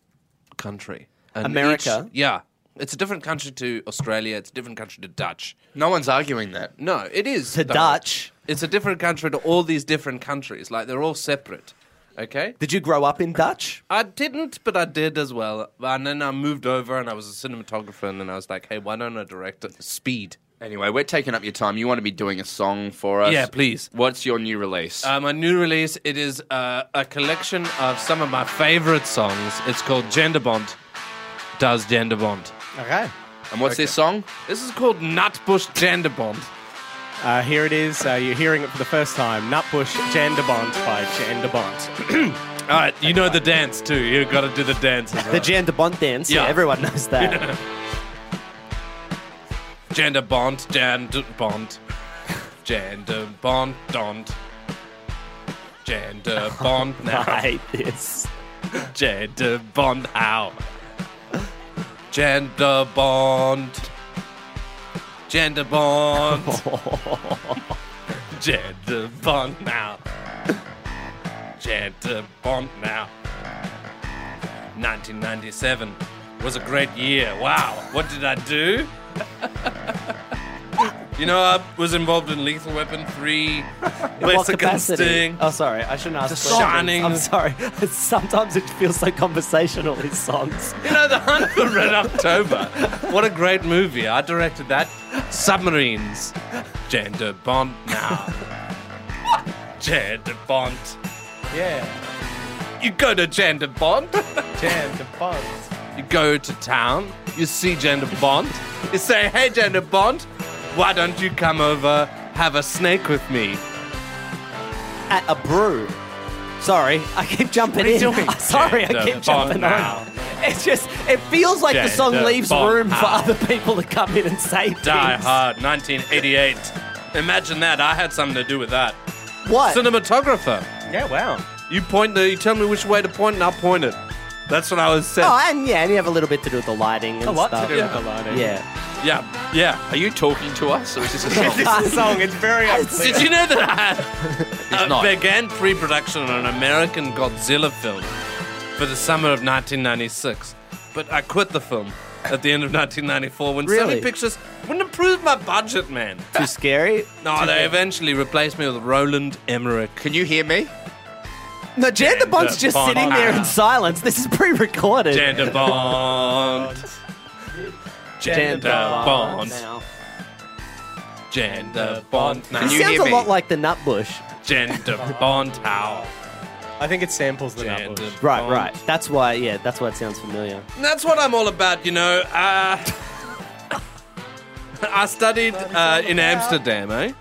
Speaker 14: country.
Speaker 7: America?
Speaker 14: each- yeah. It's a different country to Australia. It's a different country to Dutch. No one's arguing that. No, it is.
Speaker 7: To
Speaker 14: though.
Speaker 7: Dutch?
Speaker 14: It's a different country to all these different countries. Like, they're all separate. Okay?
Speaker 7: Did you grow up in Dutch?
Speaker 14: I didn't, but I did as well. And then I moved over and I was a cinematographer, and then I was like, hey, why don't I direct at speed?
Speaker 3: Anyway, we're taking up your time. You want to be doing a song for us?
Speaker 14: Yeah, please.
Speaker 3: What's your new release?
Speaker 14: Uh, my new release, it is uh, a collection of some of my favorite songs. It's called Gender Bond. Does Gender Bond.
Speaker 1: Okay.
Speaker 14: And what's this song? This is called Nutbush Gender Bond.
Speaker 5: Uh, here it is. Uh, you're hearing it for the first time. Nutbush Genderbond by Genderbond.
Speaker 14: All right, you know the dance too. You got to do the dance. As well.
Speaker 7: The Jan de Bont dance. Yeah,
Speaker 14: Yeah.
Speaker 7: everyone knows that.
Speaker 14: Gender Bond, Gender Bond, Gender Bond, Dond, Gender Bond now.
Speaker 7: I hate this.
Speaker 14: Gender Bond how? Gender Bond, Gender Bond, Gender Bond now. Gender Bond now. 1997 was a great year. Wow, what did I do? you know, I was involved in Lethal Weapon 3,
Speaker 7: what
Speaker 14: Mexican
Speaker 7: capacity?
Speaker 14: Sting.
Speaker 7: Oh, sorry, I shouldn't ask.
Speaker 14: The
Speaker 7: questions.
Speaker 14: Shining.
Speaker 7: I'm sorry. Sometimes it feels so conversational. These songs.
Speaker 14: You know, The Hunt for Red October. What a great movie. I directed that. Submarines. Gender Bond now. Gender Bond.
Speaker 5: yeah,
Speaker 14: You go to Gender Bond.
Speaker 5: Genderbond.
Speaker 14: You go to town. You see Gender Bond. You say, hey, Gender Bond, why don't you come over, have a snake with me?
Speaker 7: At a brew. Sorry, I keep jumping in. I'm sorry, I
Speaker 14: Gender
Speaker 7: keep
Speaker 14: Bond
Speaker 7: jumping
Speaker 14: now.
Speaker 7: on. It's just, it feels like the song
Speaker 14: Gender
Speaker 7: leaves
Speaker 14: Bond
Speaker 7: room for
Speaker 14: now.
Speaker 7: other people to come in and say
Speaker 14: Die
Speaker 7: things.
Speaker 14: Hard 1988. Imagine that. I had something to do with that.
Speaker 7: What?
Speaker 14: Cinematographer.
Speaker 5: Yeah, wow.
Speaker 14: You point the, you tell me which way to point, and I'll point it. That's what I was saying.
Speaker 7: Oh, and yeah, and you have a little bit to do with the lighting and
Speaker 5: A lot
Speaker 7: stuff.
Speaker 5: to do with the lighting.
Speaker 7: Yeah.
Speaker 14: yeah, yeah.
Speaker 3: Are you talking to us, or is this a song?
Speaker 5: This is a song. It's very unclear.
Speaker 14: Did you know that I had,
Speaker 3: not.
Speaker 14: uh, began pre-production on an American Godzilla film for the summer of 1996, but I quit the film at the end of 1994 when
Speaker 7: Really?
Speaker 14: Sony Pictures wouldn't approve my budget, man.
Speaker 7: Too scary?
Speaker 14: No, they eventually replaced me with Roland Emmerich.
Speaker 3: Can you hear me?
Speaker 7: No, Jan the Bond's just
Speaker 14: Bond.
Speaker 7: sitting there in silence. This is pre recorded.
Speaker 14: Gender Bond. Gender Bond.
Speaker 7: Now.
Speaker 14: Gender Bond.
Speaker 7: It
Speaker 14: Now you
Speaker 7: sounds
Speaker 14: hear
Speaker 7: a
Speaker 14: me.
Speaker 7: lot like the Nutbush.
Speaker 14: Gender Bond. How?
Speaker 5: I think it samples the
Speaker 14: Gender
Speaker 5: Nutbush.
Speaker 7: Right,
Speaker 14: Bond.
Speaker 7: right. That's why, yeah, that's why it sounds familiar.
Speaker 14: And That's what I'm all about, you know. Uh, I studied uh, in Amsterdam, eh?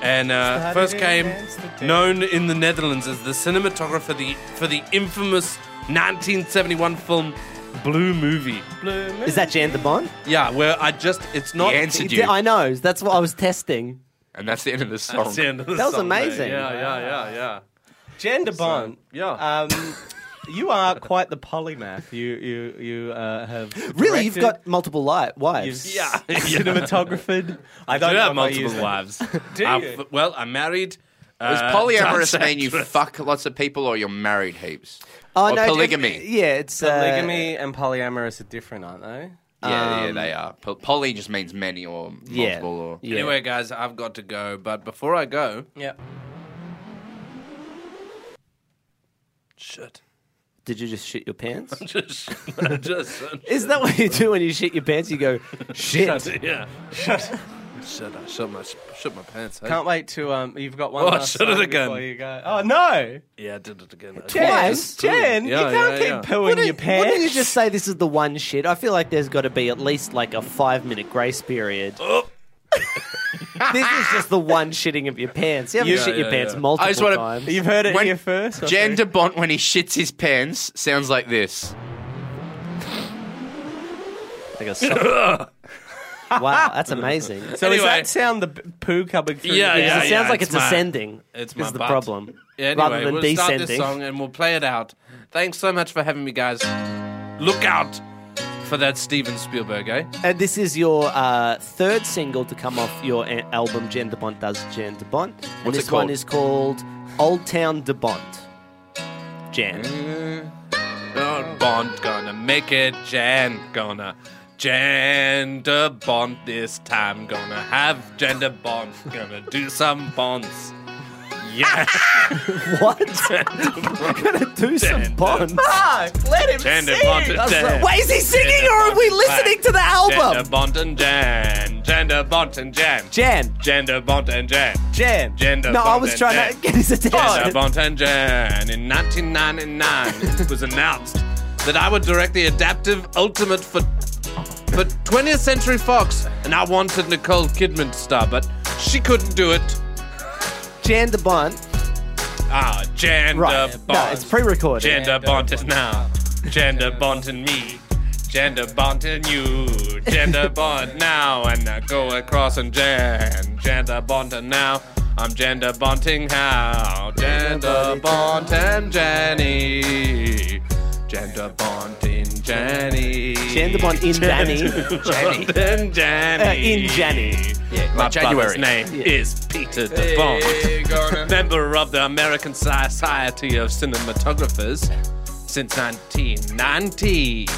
Speaker 14: And uh, first came known in the Netherlands as the cinematographer the, for the infamous 1971 film Blue Movie.
Speaker 7: Is that Jan the Bond?
Speaker 14: Yeah, where I just, it's not.
Speaker 3: He answered you,
Speaker 7: I know. That's what I was testing.
Speaker 3: and that's the end of the song.
Speaker 14: That's the end of the
Speaker 7: That was
Speaker 14: song, mate.
Speaker 7: amazing.
Speaker 14: Yeah, yeah, yeah, yeah.
Speaker 5: Genderbond.
Speaker 14: Yeah.
Speaker 7: Uh,
Speaker 5: Um, you are quite the polymath. You you you uh, have
Speaker 7: Really, you've
Speaker 5: directed,
Speaker 7: got multiple li-
Speaker 5: you've
Speaker 7: wives.
Speaker 14: Yeah.
Speaker 5: cinematographed. I
Speaker 14: I
Speaker 5: don't
Speaker 14: do
Speaker 5: know
Speaker 14: have
Speaker 5: if I use
Speaker 14: multiple
Speaker 5: that.
Speaker 14: wives.
Speaker 5: Do
Speaker 14: I-
Speaker 5: you?
Speaker 14: well, I'm married.
Speaker 3: Does
Speaker 14: uh,
Speaker 3: polyamorous
Speaker 14: trans
Speaker 3: mean you
Speaker 14: actress.
Speaker 3: fuck lots of people, or you're married heaps?
Speaker 7: Oh,
Speaker 3: or
Speaker 7: no,
Speaker 3: polygamy.
Speaker 7: it's- Yeah, it's uh,
Speaker 5: Polygamy and polyamorous are different, aren't they?
Speaker 3: yeah, yeah, they are. Po- Poly just means many or multiple.
Speaker 7: Um, Yeah.
Speaker 3: Or
Speaker 7: Yeah.
Speaker 14: Anyway, guys, I've got to go. But before I go,
Speaker 5: Yeah.
Speaker 14: shit.
Speaker 7: Did you just shit your pants?
Speaker 14: Just, no, just,
Speaker 7: Is that what you do when you shit your pants? You go, shit.
Speaker 14: yeah. Shut, shut, I shut my, shut my pants. Hey?
Speaker 5: Can't wait to um. You've got one.
Speaker 14: Oh, I
Speaker 5: last
Speaker 14: shut it
Speaker 5: song
Speaker 14: again.
Speaker 5: before You go. Oh no,
Speaker 14: Yeah, I did it again. Okay.
Speaker 7: Twice?
Speaker 5: Jen.
Speaker 14: Yeah,
Speaker 5: you can't
Speaker 14: yeah,
Speaker 5: keep
Speaker 14: yeah.
Speaker 5: pooing
Speaker 7: Wouldn't,
Speaker 5: your pants.
Speaker 7: wouldn't you just say this is the one shit? I feel like there's got to be at least like a five minute grace period.
Speaker 14: Oh.
Speaker 7: this is just the one shitting of your pants. You haven't
Speaker 14: Yeah,
Speaker 7: shit your
Speaker 14: yeah,
Speaker 7: pants
Speaker 14: yeah.
Speaker 7: multiple
Speaker 3: I just wanna-
Speaker 7: times.
Speaker 5: You've heard it
Speaker 3: When-
Speaker 5: here first. I
Speaker 3: Jan
Speaker 5: think.
Speaker 3: de Bont, when he shits his pants, sounds like this.
Speaker 7: Like a soft- wow, that's amazing.
Speaker 5: So
Speaker 14: Anyway.
Speaker 5: does that sound the b- poo coming through?
Speaker 14: Yeah,
Speaker 5: your-
Speaker 14: yeah.
Speaker 7: it sounds like
Speaker 14: it's
Speaker 7: it's,
Speaker 14: my-
Speaker 7: ascending.
Speaker 14: it's
Speaker 7: is
Speaker 14: my
Speaker 7: the
Speaker 14: butt.
Speaker 7: problem.
Speaker 14: Anyway,
Speaker 7: Rather than
Speaker 14: we'll start
Speaker 7: descending.
Speaker 14: this song and we'll play it out. Thanks so much for having me, guys. Look out for that Steven Spielberg, eh?
Speaker 7: And this is your uh, third single to come off your a- album Jen de Bont Does Jen de Bont. And
Speaker 3: What's it
Speaker 7: this
Speaker 3: called?
Speaker 7: one is called Old Town de Bont. Jan.
Speaker 14: Oh, Bond gonna make it, Jan gonna. Gender bond this time, gonna have gender bond, gonna do some bonds. Yeah.
Speaker 7: what?
Speaker 14: gonna do some bonds.
Speaker 7: Mark, let him
Speaker 14: Gender bond and Jan.
Speaker 7: Wait, is he singing or are we listening to the
Speaker 14: Gender
Speaker 7: album?
Speaker 14: bond and Jan. Gender bond and Jan.
Speaker 7: Jan.
Speaker 14: Gender bond and Jan.
Speaker 7: Jan.
Speaker 14: Gender
Speaker 7: No, I
Speaker 14: bond
Speaker 7: was
Speaker 14: and
Speaker 7: trying
Speaker 14: Jan.
Speaker 7: to get his
Speaker 14: Gender
Speaker 7: attention.
Speaker 14: bond and Jan. In 1999, it was announced that I would direct the adaptive ultimate for for 20th Century Fox, and I wanted Nicole Kidman to star, but she couldn't do it.
Speaker 7: Jan de Bont.
Speaker 14: Ah, gender
Speaker 7: Right.
Speaker 14: bond.
Speaker 7: No, it's pre-recorded.
Speaker 14: Gender bond is now. Gender bond in me. Gender bond in you. Gender bond now. And I go across and jan. Gender bond and now. I'm gender bonding how. Gender bond and Janny. Gender bond in Janny.
Speaker 7: Gender bond in Janny.
Speaker 14: Janny. Bond in Janny.
Speaker 7: Uh, in Janny.
Speaker 14: Yeah, My
Speaker 7: like January.
Speaker 14: brother's name
Speaker 7: Yeah.
Speaker 14: is Peter
Speaker 7: Hey,
Speaker 14: DeBond, member of the American Society of Cinematographers since 1990.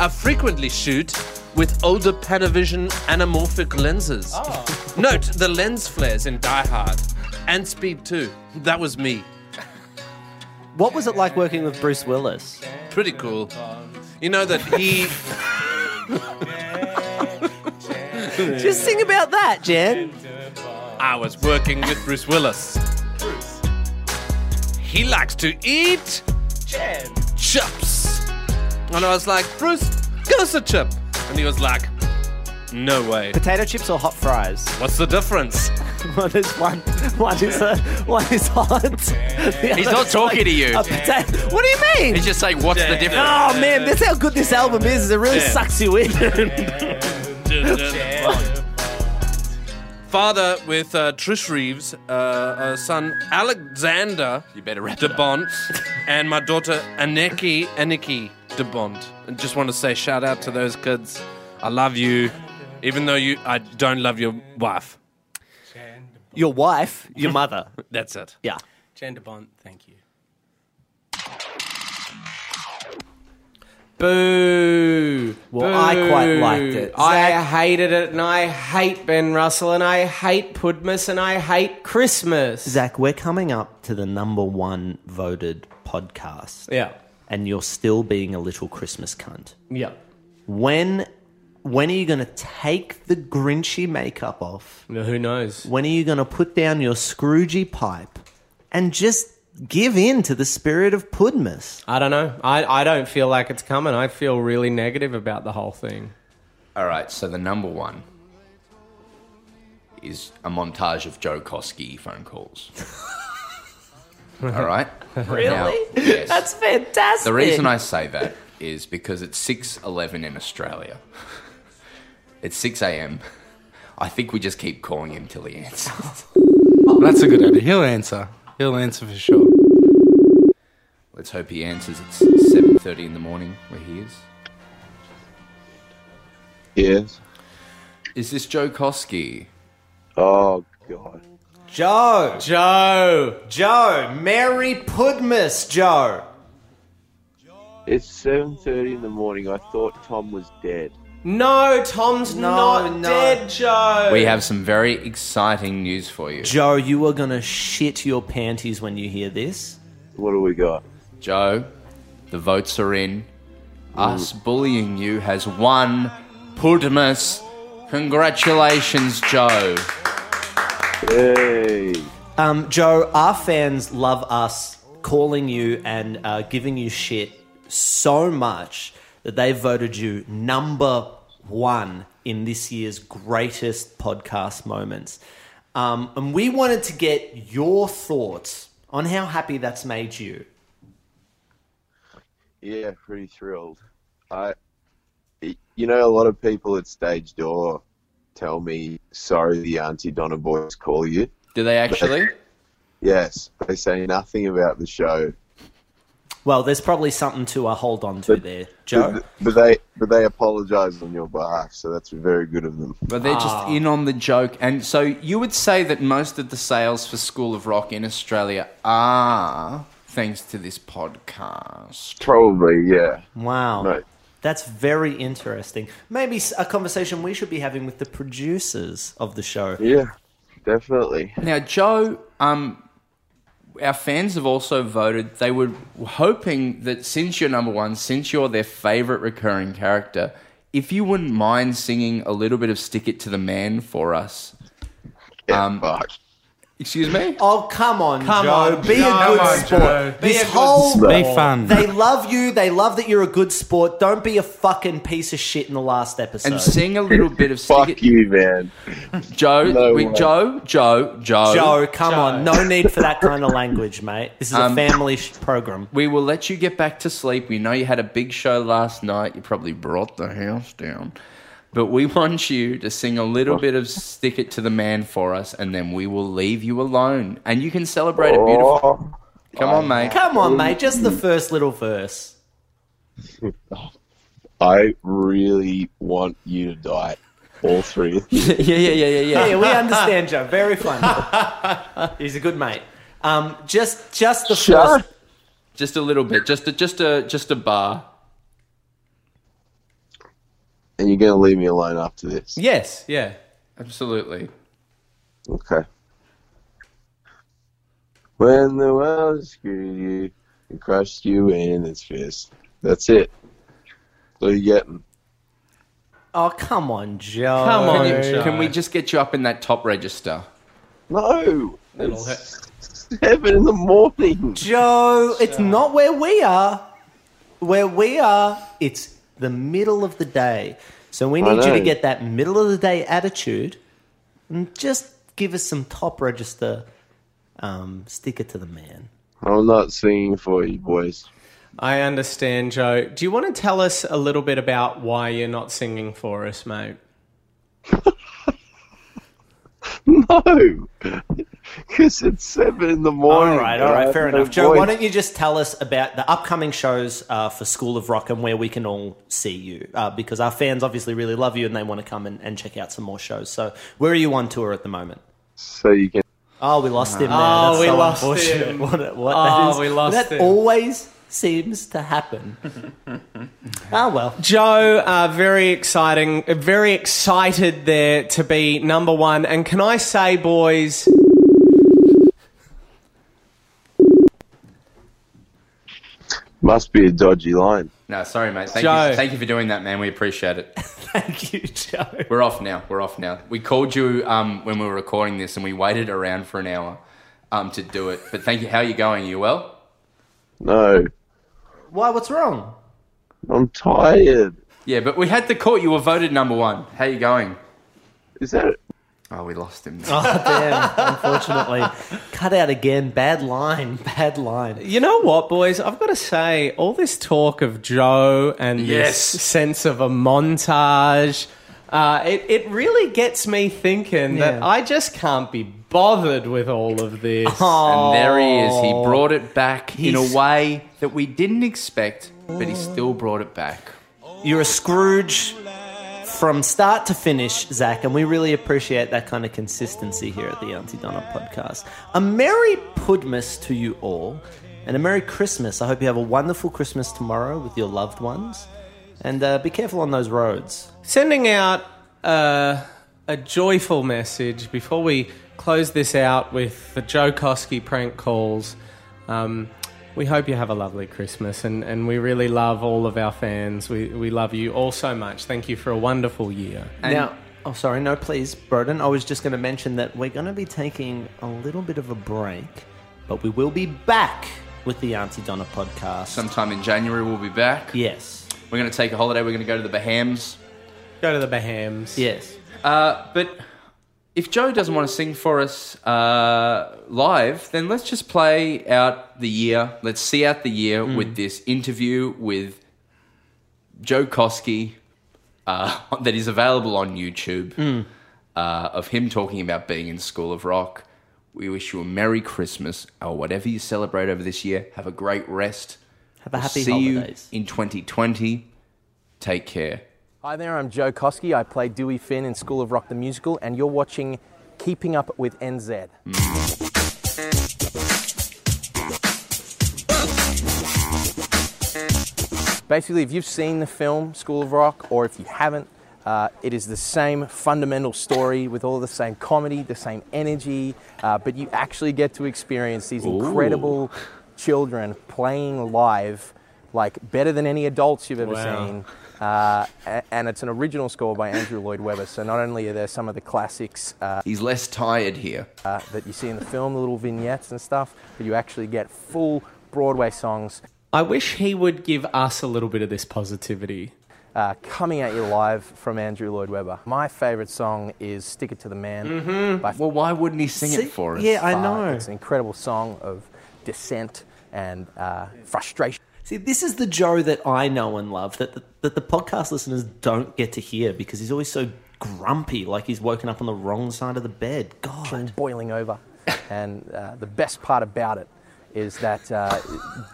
Speaker 14: I frequently shoot with older Panavision anamorphic lenses.
Speaker 7: Ah.
Speaker 14: Note the lens flares in Die Hard and Speed 2. That was me.
Speaker 7: What was it like working with Bruce Willis?
Speaker 14: Pretty cool. You know that he.
Speaker 7: Just sing about that, Jan.
Speaker 14: I was working with Bruce Willis. He likes to eat chips. And I was like, Bruce, give us a chip. And he was like, no way.
Speaker 7: Potato chips or hot fries?
Speaker 14: What's the difference?
Speaker 7: One is one. One is a, one is hot. The
Speaker 3: He's
Speaker 7: other
Speaker 3: not
Speaker 7: is
Speaker 3: talking
Speaker 7: like
Speaker 3: to you.
Speaker 7: a potato- What do you mean?
Speaker 3: He's just saying, what's the difference?
Speaker 7: Oh man, that's how good this album is. is It really
Speaker 14: Yeah.
Speaker 7: sucks you in.
Speaker 14: Father with uh, Trish Reeves, uh, uh, son Alexander you better
Speaker 3: wrap it up.
Speaker 14: DeBont, and my daughter Aneki Aniki DeBont. And just want to say shout out to those kids. I love you, even though you I don't love your wife.
Speaker 7: your wife, your mother.
Speaker 14: That's it.
Speaker 7: Yeah.
Speaker 5: Jan de Bont, thank you. Boo.
Speaker 7: Well, I quite
Speaker 5: Boo.
Speaker 7: liked it.
Speaker 5: I hated it, and I hate Ben Russell, and I hate Pudmus, and I hate Christmas.
Speaker 7: Zach, we're coming up to the number one voted podcast.
Speaker 5: Yeah.
Speaker 7: And you're still being a little Christmas cunt.
Speaker 5: Yeah.
Speaker 7: When when are you gonna take the Grinchy makeup off?
Speaker 5: Who knows?
Speaker 7: When are you gonna put down your Scroogey pipe and just give in to the spirit of Pudmus?
Speaker 5: I don't know. I, I don't feel like it's coming. I feel really negative about the whole thing.
Speaker 3: All right, so the number one is a montage of Joe Koski phone calls. All right? Now, yes.
Speaker 4: That's fantastic.
Speaker 3: The reason I say that is because it's 6:11 in Australia. It's 6 a.m. I think we just keep calling him till he answers.
Speaker 13: That's a good idea. He'll answer. He'll answer for sure.
Speaker 3: Let's hope he answers. It's 7:30 in the morning where he is.
Speaker 16: Yes.
Speaker 3: Is this Joe Koski?
Speaker 16: Oh God.
Speaker 5: Joe. Joe. Joe. Mary Pudmus, Joe.
Speaker 16: It's seven thirty in the morning. I thought Tom was dead.
Speaker 5: No, Tom's not dead, Joe.
Speaker 3: We have some very exciting news for you.
Speaker 7: Joe, you are gonna shit your panties when you hear this.
Speaker 16: What do we got?
Speaker 3: Joe, the votes are in. Us bullying you has won. Pudmus, congratulations, Joe.
Speaker 16: Hey.
Speaker 7: Um, Joe, our fans love us calling you and uh, giving you shit so much that they voted you number one in this year's greatest podcast moments. Um, and we wanted to get your thoughts on how happy that's made you.
Speaker 16: Yeah, pretty thrilled. I, you know, a lot of people at stage door tell me, "Sorry, the Auntie Donna boys call you."
Speaker 3: Do they actually?
Speaker 16: yes, they say nothing about the show.
Speaker 7: Well, there's probably something to uh, hold on to there, Joe.
Speaker 16: But, but they but they apologise on your behalf, so that's very good of them.
Speaker 3: But they're just in on the joke. And so you would say that most of the sales for School of Rock in Australia are thanks to this podcast.
Speaker 16: Probably, yeah.
Speaker 7: Wow.
Speaker 16: No.
Speaker 7: That's very interesting. Maybe s- a conversation we should be having with the producers of the show.
Speaker 16: Yeah, definitely.
Speaker 3: Now, Joe, um, our fans have also voted. They were hoping that since you're number one, since you're their favorite recurring character, if you wouldn't mind singing a little bit of "Stick It to the Man" for us. um, Excuse me.
Speaker 7: Oh, come on,
Speaker 3: Come
Speaker 7: Joe.
Speaker 3: on, Joe.
Speaker 7: be a good
Speaker 3: Come on,
Speaker 7: sport.
Speaker 3: Joe. Be
Speaker 7: This
Speaker 3: a good
Speaker 7: whole
Speaker 3: sport. Be fun.
Speaker 7: They love you. They love that you're a good sport. Don't be a fucking piece of shit in the last episode.
Speaker 3: And sing a little bit of
Speaker 16: Fuck you, man.
Speaker 3: Joe,
Speaker 7: No
Speaker 3: we,
Speaker 7: way.
Speaker 3: Joe, Joe, Joe,
Speaker 7: Joe, come on. No need for that kind of language, mate. This is
Speaker 3: Um,
Speaker 7: a family sh- program.
Speaker 3: We will let you get back to sleep. We know you had a big show last night. You probably brought the house down. But we want you to sing a little bit of Stick It to the Man for us, and then we will leave you alone. And you can celebrate a
Speaker 16: Oh.
Speaker 3: beautiful. Come on, mate.
Speaker 7: Come on, mate. Just the first little verse.
Speaker 16: I really want you to die. All three.
Speaker 3: yeah, yeah, yeah,
Speaker 7: Yeah, we understand, Joe. Very fun. He's a good mate. Um, just, just the first.
Speaker 3: Just a little bit. Just a, just a, just a bar.
Speaker 16: And you're going to leave me alone after this.
Speaker 3: Yes. Yeah. Absolutely.
Speaker 16: Okay. When the world screwed you and crushed you in its fist. That's it. So you getting.
Speaker 7: Oh, come on, Joe.
Speaker 3: Come on. Can, you- can we just get you up in that top register?
Speaker 16: No. Seven in the morning.
Speaker 7: Joe, it's not where we are. Where we are, it's the middle of the day. So we
Speaker 16: I
Speaker 7: need you to
Speaker 16: know.
Speaker 7: get that middle of the day attitude and just give us some top register um, sticker to the man.
Speaker 16: I'm not singing for you, boys.
Speaker 5: I understand, Joe. Do you want to tell us a little bit about why you're not singing for us, mate?
Speaker 16: No. Because it's seven in the morning.
Speaker 7: All right, all right, fair enough. Joe, why don't you just tell us about the upcoming shows uh, for School of Rock and where we can all see you? Uh, because our fans obviously really love you and they want to come and, and check out some more shows. So, where are you on tour at the moment?
Speaker 16: So you can.
Speaker 7: Oh, we lost him. There.
Speaker 5: Oh,
Speaker 7: That's
Speaker 5: we
Speaker 7: so
Speaker 5: lost
Speaker 7: unfortunate.
Speaker 5: him.
Speaker 7: What, a- what
Speaker 5: Oh,
Speaker 7: that is.
Speaker 5: we lost
Speaker 7: that
Speaker 5: him.
Speaker 7: always seems to happen. Ah, well.
Speaker 5: Joe, uh, very exciting, very excited there to be number one. And can I say, boys,
Speaker 16: Must be a dodgy line.
Speaker 3: No, sorry, mate. Thank
Speaker 16: Joe.
Speaker 3: you. Thank you for doing that, man. We appreciate it.
Speaker 7: Thank you, Joe.
Speaker 3: We're off now. We're off now. We called you um, when we were recording this, and we waited around for an hour um, to do it. But thank you. How are you going? you well?
Speaker 16: No.
Speaker 7: Why? What's wrong?
Speaker 16: I'm tired.
Speaker 3: Yeah, but we had the call. You were voted number one. How you going?
Speaker 16: Is that?
Speaker 3: Oh, we lost him.
Speaker 7: Oh, damn. Unfortunately. Cut out again. Bad line. Bad line.
Speaker 5: you know what, boys? I've got to say, all this talk of Joe and
Speaker 7: Yes.
Speaker 5: this sense of a montage, uh, it, it really gets me thinking that
Speaker 7: Yeah.
Speaker 5: I just can't be bothered with all of this.
Speaker 3: And there he is. He brought it back in
Speaker 5: He's-
Speaker 3: a way that we didn't expect, but he still brought it back.
Speaker 7: You're a Scrooge from start to finish, Zach, and we really appreciate that kind of consistency here at the Auntie Donna podcast. A Merry Pudmas to you all, and a Merry Christmas. I hope you have a wonderful Christmas tomorrow with your loved ones, and uh, be careful on those roads.
Speaker 5: Sending out uh, a joyful message before we close this out with the Joe Koski prank calls. Um, we hope you have a lovely Christmas and, and we really love all of our fans. We, we love you all so much. Thank you for a wonderful year.
Speaker 7: now, oh, sorry, no, please, Broden. I was just going to mention that we're going to be taking a little bit of a break, but we will be back with the Auntie Donna podcast.
Speaker 3: Sometime in January, we'll be back.
Speaker 7: Yes.
Speaker 3: We're going to take a holiday. We're going to go to the Bahams.
Speaker 5: Go to the Bahams.
Speaker 7: Yes.
Speaker 3: Uh, but if Joe doesn't want to sing for us uh, live, then let's just play out the year. Let's see out the year
Speaker 7: Hmm.
Speaker 3: with this interview with Joe Koski uh, that is available on YouTube
Speaker 7: Hmm.
Speaker 3: uh, of him talking about being in School of Rock. We wish you a Merry Christmas or whatever you celebrate over this year. Have a great rest.
Speaker 7: Have a happy
Speaker 3: See
Speaker 7: holidays.
Speaker 3: you in 2020. Take care.
Speaker 17: Hi there, I'm Joe Koski. I play Dewey Finn in School of Rock the Musical, and you're watching Keeping Up with NZ. Basically, if you've seen the film School of Rock, or if you haven't, uh, it is the same fundamental story with all the same comedy, the same energy, uh, but you actually get to experience these
Speaker 18: Ooh.
Speaker 17: incredible children playing live, like better than any adults you've ever
Speaker 18: Wow.
Speaker 17: seen. Uh, a- and it's an original score by Andrew Lloyd Webber. So not only are there uh, some of the classics. Uh,
Speaker 3: He's less tired here.
Speaker 17: Uh, that you see in the film, the little vignettes and stuff, but you actually get full Broadway songs
Speaker 5: I wish he would give us a little bit of this positivity.
Speaker 17: uh, coming at you live from Andrew Lloyd Webber. My favourite song is "Stick It to the Man." well,
Speaker 3: why wouldn't he sing
Speaker 5: it for us?
Speaker 17: Yeah, I
Speaker 5: Fuck.
Speaker 17: know. It's an incredible song of dissent and uh, frustration.
Speaker 7: See, this is the Joe that I know and love that the, that the podcast listeners don't get to hear because he's always so grumpy, like he's woken up on the wrong side of the bed. God,
Speaker 17: boiling over. And uh, the best part about it is that uh,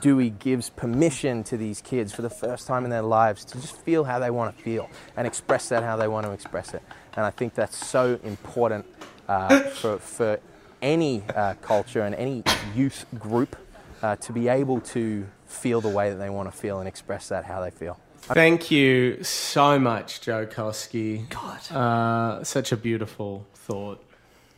Speaker 17: Dewey gives permission to these kids for the first time in their lives to just feel how they want to feel and express that how they want to express it. And I think that's so important uh, for, for any uh, culture and any youth group uh, to be able to feel the way that they want to feel and express that how they feel.
Speaker 5: Thank you so much, Joe Koski. God. Uh, such a beautiful thought.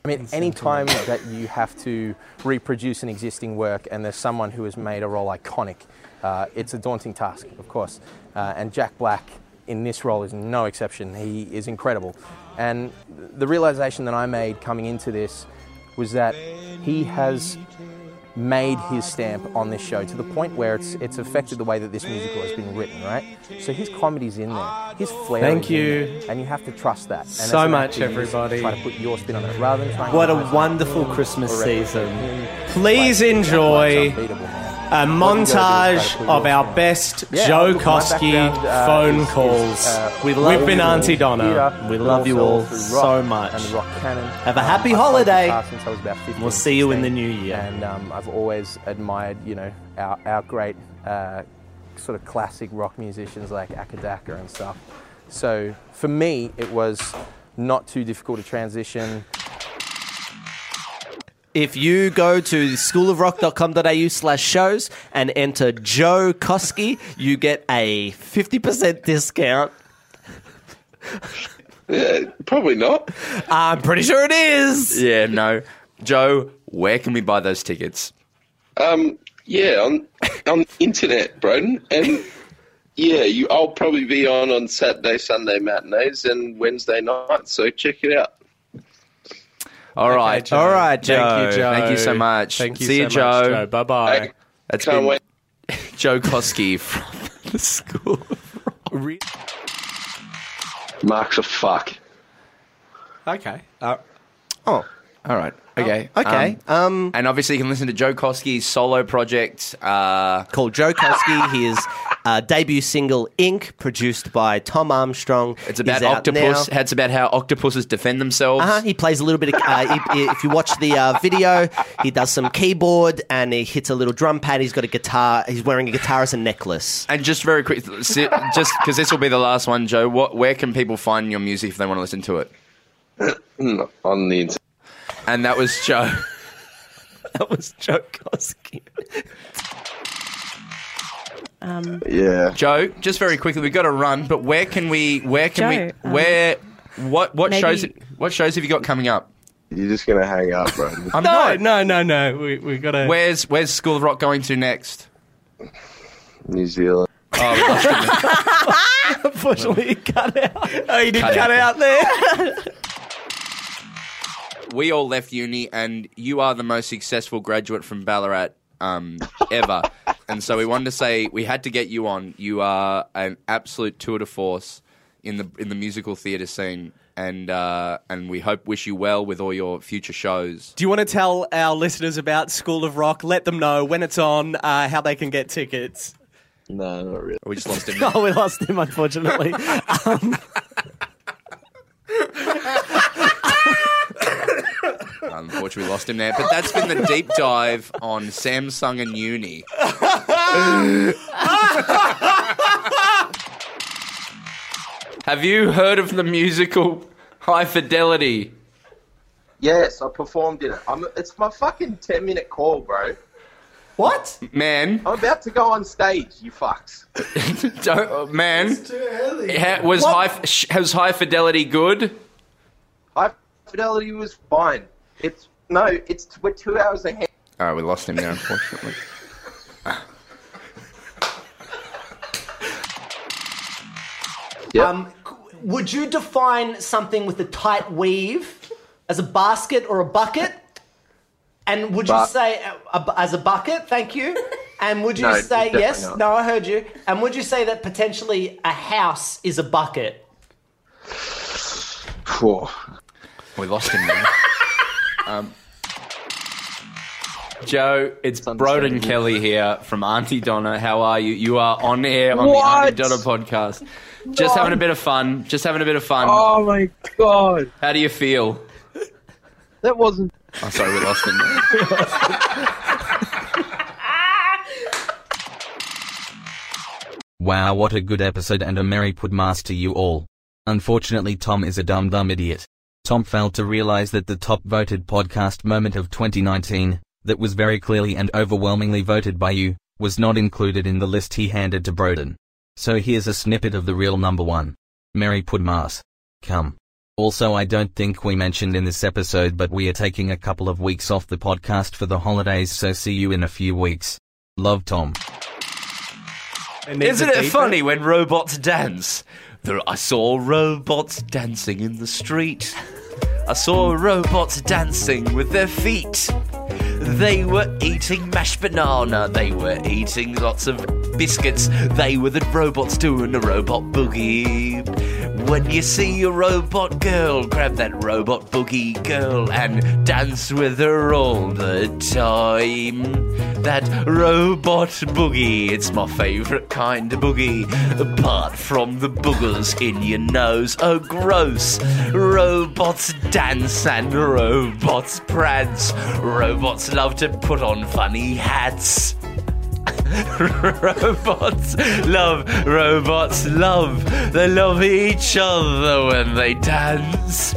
Speaker 17: I mean, any time that you have to reproduce an existing work and there's someone who has made a role iconic, uh, it's a daunting task, of course. Uh, and Jack Black in this role is no exception. He is incredible. And the realization that I made coming into this was that he has made his stamp on this show to the point where it's it's affected the way that this musical has been written, right? So his comedy's in there, his flair. is
Speaker 5: Thank
Speaker 17: in
Speaker 5: you.
Speaker 17: there, and you have to trust that. And
Speaker 5: So
Speaker 17: as an actor,
Speaker 5: much,
Speaker 17: you just
Speaker 5: everybody.
Speaker 17: Try to put your spin on it rather than trying.
Speaker 7: What
Speaker 17: to
Speaker 7: a
Speaker 17: impress
Speaker 7: wonderful
Speaker 17: people
Speaker 7: Christmas
Speaker 17: or
Speaker 7: season.
Speaker 5: Please enjoy a montage of our best
Speaker 17: Yeah,
Speaker 5: Joe
Speaker 17: look, my
Speaker 5: Koski
Speaker 17: background, uh,
Speaker 5: phone
Speaker 17: is- is,
Speaker 5: calls.
Speaker 17: uh,
Speaker 5: we
Speaker 7: love
Speaker 5: have been
Speaker 7: you all,
Speaker 5: Auntie Donna.
Speaker 7: Peter, We love you all
Speaker 17: through
Speaker 7: so
Speaker 17: rock
Speaker 7: much.
Speaker 17: and rock Um, canon.
Speaker 7: Have a happy
Speaker 17: I've played
Speaker 7: holiday.
Speaker 17: guitar since I was about 15,
Speaker 7: We'll see you in the
Speaker 17: 16,
Speaker 7: new year.
Speaker 17: And um, I've always admired, you know, our, our great uh, sort of classic rock musicians like Akadaka and stuff. So for me, it was not too difficult to transition.
Speaker 7: If you go to schoolofrock.com.au slash shows and enter Joe Koski, you get a 50% discount.
Speaker 3: probably not.
Speaker 7: I'm pretty sure it is.
Speaker 3: Yeah, no. Joe, where can we buy those tickets?
Speaker 19: Um, yeah, on on the internet, Broden, and yeah, you. I'll probably be on on Saturday, Sunday matinees, and Wednesday night. So check it out.
Speaker 3: All right.
Speaker 19: Joe. All right,
Speaker 3: Thank you,
Speaker 19: Joe.
Speaker 3: Thank you so much.
Speaker 19: Thank you
Speaker 3: See
Speaker 19: so
Speaker 3: you,
Speaker 19: much,
Speaker 3: Joe.
Speaker 19: Joe. Bye-bye.
Speaker 3: That's
Speaker 19: Can't
Speaker 3: been
Speaker 19: wait.
Speaker 3: Joe Koski from the school.
Speaker 19: Re- Mark's a fuck.
Speaker 5: Okay.
Speaker 19: Uh,
Speaker 3: Oh. All right. Okay.
Speaker 7: Okay,
Speaker 3: Um, and obviously, you can listen to Joe Koski's solo project. Uh,
Speaker 7: Called Joe Koski, his uh, debut single, Ink, produced by Tom Armstrong.
Speaker 3: It's about octopus. It's about how octopuses defend themselves.
Speaker 7: Uh-huh. He plays a little bit of. Uh, he- he- if you watch the uh, video, he does some keyboard and he hits a little drum pad. He's got a guitar. He's wearing a guitar as a necklace.
Speaker 3: And just very quick, si- just because this will be the last one, Joe. What, where can people find your music if they want to listen to it?
Speaker 19: on the internet.
Speaker 3: And that was Joe.
Speaker 7: that was
Speaker 3: Oh,
Speaker 7: Joe Koski.
Speaker 20: Um,
Speaker 3: Yeah. Joe, just very quickly, we've got to run, but where can we? Where can
Speaker 20: Joe,
Speaker 3: we?
Speaker 20: um,
Speaker 3: Where? What? What
Speaker 20: maybe-
Speaker 3: shows? What shows have you got coming up?
Speaker 16: You're just gonna hang up, bro.
Speaker 3: I'm not.
Speaker 5: no, no, no. We we gotta.
Speaker 3: Where's Where's School of Rock going to next?
Speaker 16: New Zealand.
Speaker 3: Oh, we lost him.
Speaker 7: Unfortunately, he cut out. Oh, you
Speaker 3: did Cut cut out.
Speaker 7: there.
Speaker 3: we all left uni, and you are the most successful graduate from Ballarat um, ever. and so we wanted to say we had to get you on. You are an absolute tour de force in the in the musical theatre scene, and uh, and we hope wish you well with all your future shows.
Speaker 5: Do you want to tell our listeners about School of Rock? Let them know when it's on, uh, how they can get tickets.
Speaker 16: No, not really.
Speaker 3: We just lost
Speaker 5: Oh, we lost him, unfortunately.
Speaker 3: Unfortunately, we lost him there. But that's been the deep dive on Samsung and uni.
Speaker 10: Have you heard of the musical High Fidelity?
Speaker 17: Yes, I performed in it. I'm, it's my fucking 10 minute call, bro.
Speaker 10: What? Man.
Speaker 7: Oh,
Speaker 17: I'm about to go on stage, you fucks.
Speaker 10: Don't, uh, man. Ha- was
Speaker 17: What?
Speaker 10: high f- sh- was High Fidelity good?
Speaker 17: High fidelity was fine. It's, no, it's, we're two hours ahead.
Speaker 10: Oh, we lost him there, unfortunately.
Speaker 7: Um, c- would you define something with a tight weave as a basket or a bucket? And would you
Speaker 17: Ba-
Speaker 7: say uh, a bu- as a bucket? Thank you. And would you
Speaker 17: No,
Speaker 7: say
Speaker 17: definitely
Speaker 7: yes?
Speaker 17: not.
Speaker 7: No, I heard you. And would you say that potentially a house is a bucket?
Speaker 10: We lost him there. um, Joe, it's Broden Kelly here from Auntie Donna. How are you? You are on air on
Speaker 3: What?
Speaker 10: the Auntie Donna podcast. Just having a bit of fun. Just having a bit of fun.
Speaker 3: Oh my god.
Speaker 10: How do you feel?
Speaker 3: That wasn't.
Speaker 10: Oh, sorry, we lost him. there.
Speaker 20: Wow, what a good episode and a merry Pudmas to you all. Unfortunately, Tom is a dumb dumb idiot. Tom failed to realize that the top voted podcast moment of 2019, that was very clearly and overwhelmingly voted by you, was not included in the list he handed to Broden. So here's a snippet of the real number one. Merry Pudmas. Come. Also, I don't think we mentioned in this episode, but we are taking a couple of weeks off the podcast for the holidays, so see you in a few weeks. Love Tom.
Speaker 6: needs
Speaker 10: Isn't
Speaker 6: a
Speaker 10: it
Speaker 6: deeper-
Speaker 10: funny when robots dance? There, I saw robots dancing in the street. I saw robots dancing with their feet. They were eating mashed banana. They were eating lots of biscuits. They were the robots doing a robot boogie. When you see a robot girl, grab that robot boogie girl and dance with her all the time. That robot boogie, it's my favourite kind of boogie. Apart from the boogers in your nose, oh gross. Robots dance and robots prance. Robots love to put on funny hats. robots love, robots love. They love each other when they dance.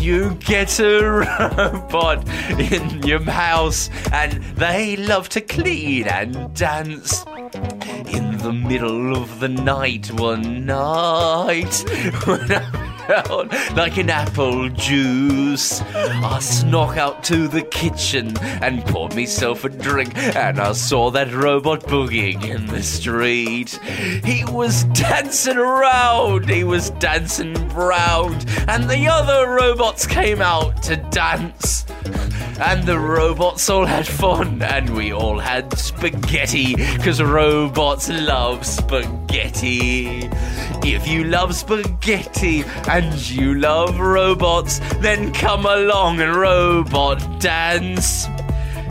Speaker 10: You get a robot in your house and they love to clean and dance. In the middle of the night, one night, when I felt like an apple juice, I snuck out to the kitchen and poured myself a drink, and I saw that robot boogieing in the street. He was dancing around, he was dancing round, and the other robots came out to dance. And the robots all had fun, and we all had spaghetti, because robots love spaghetti. If you love spaghetti and you love robots, then come along and robot dance.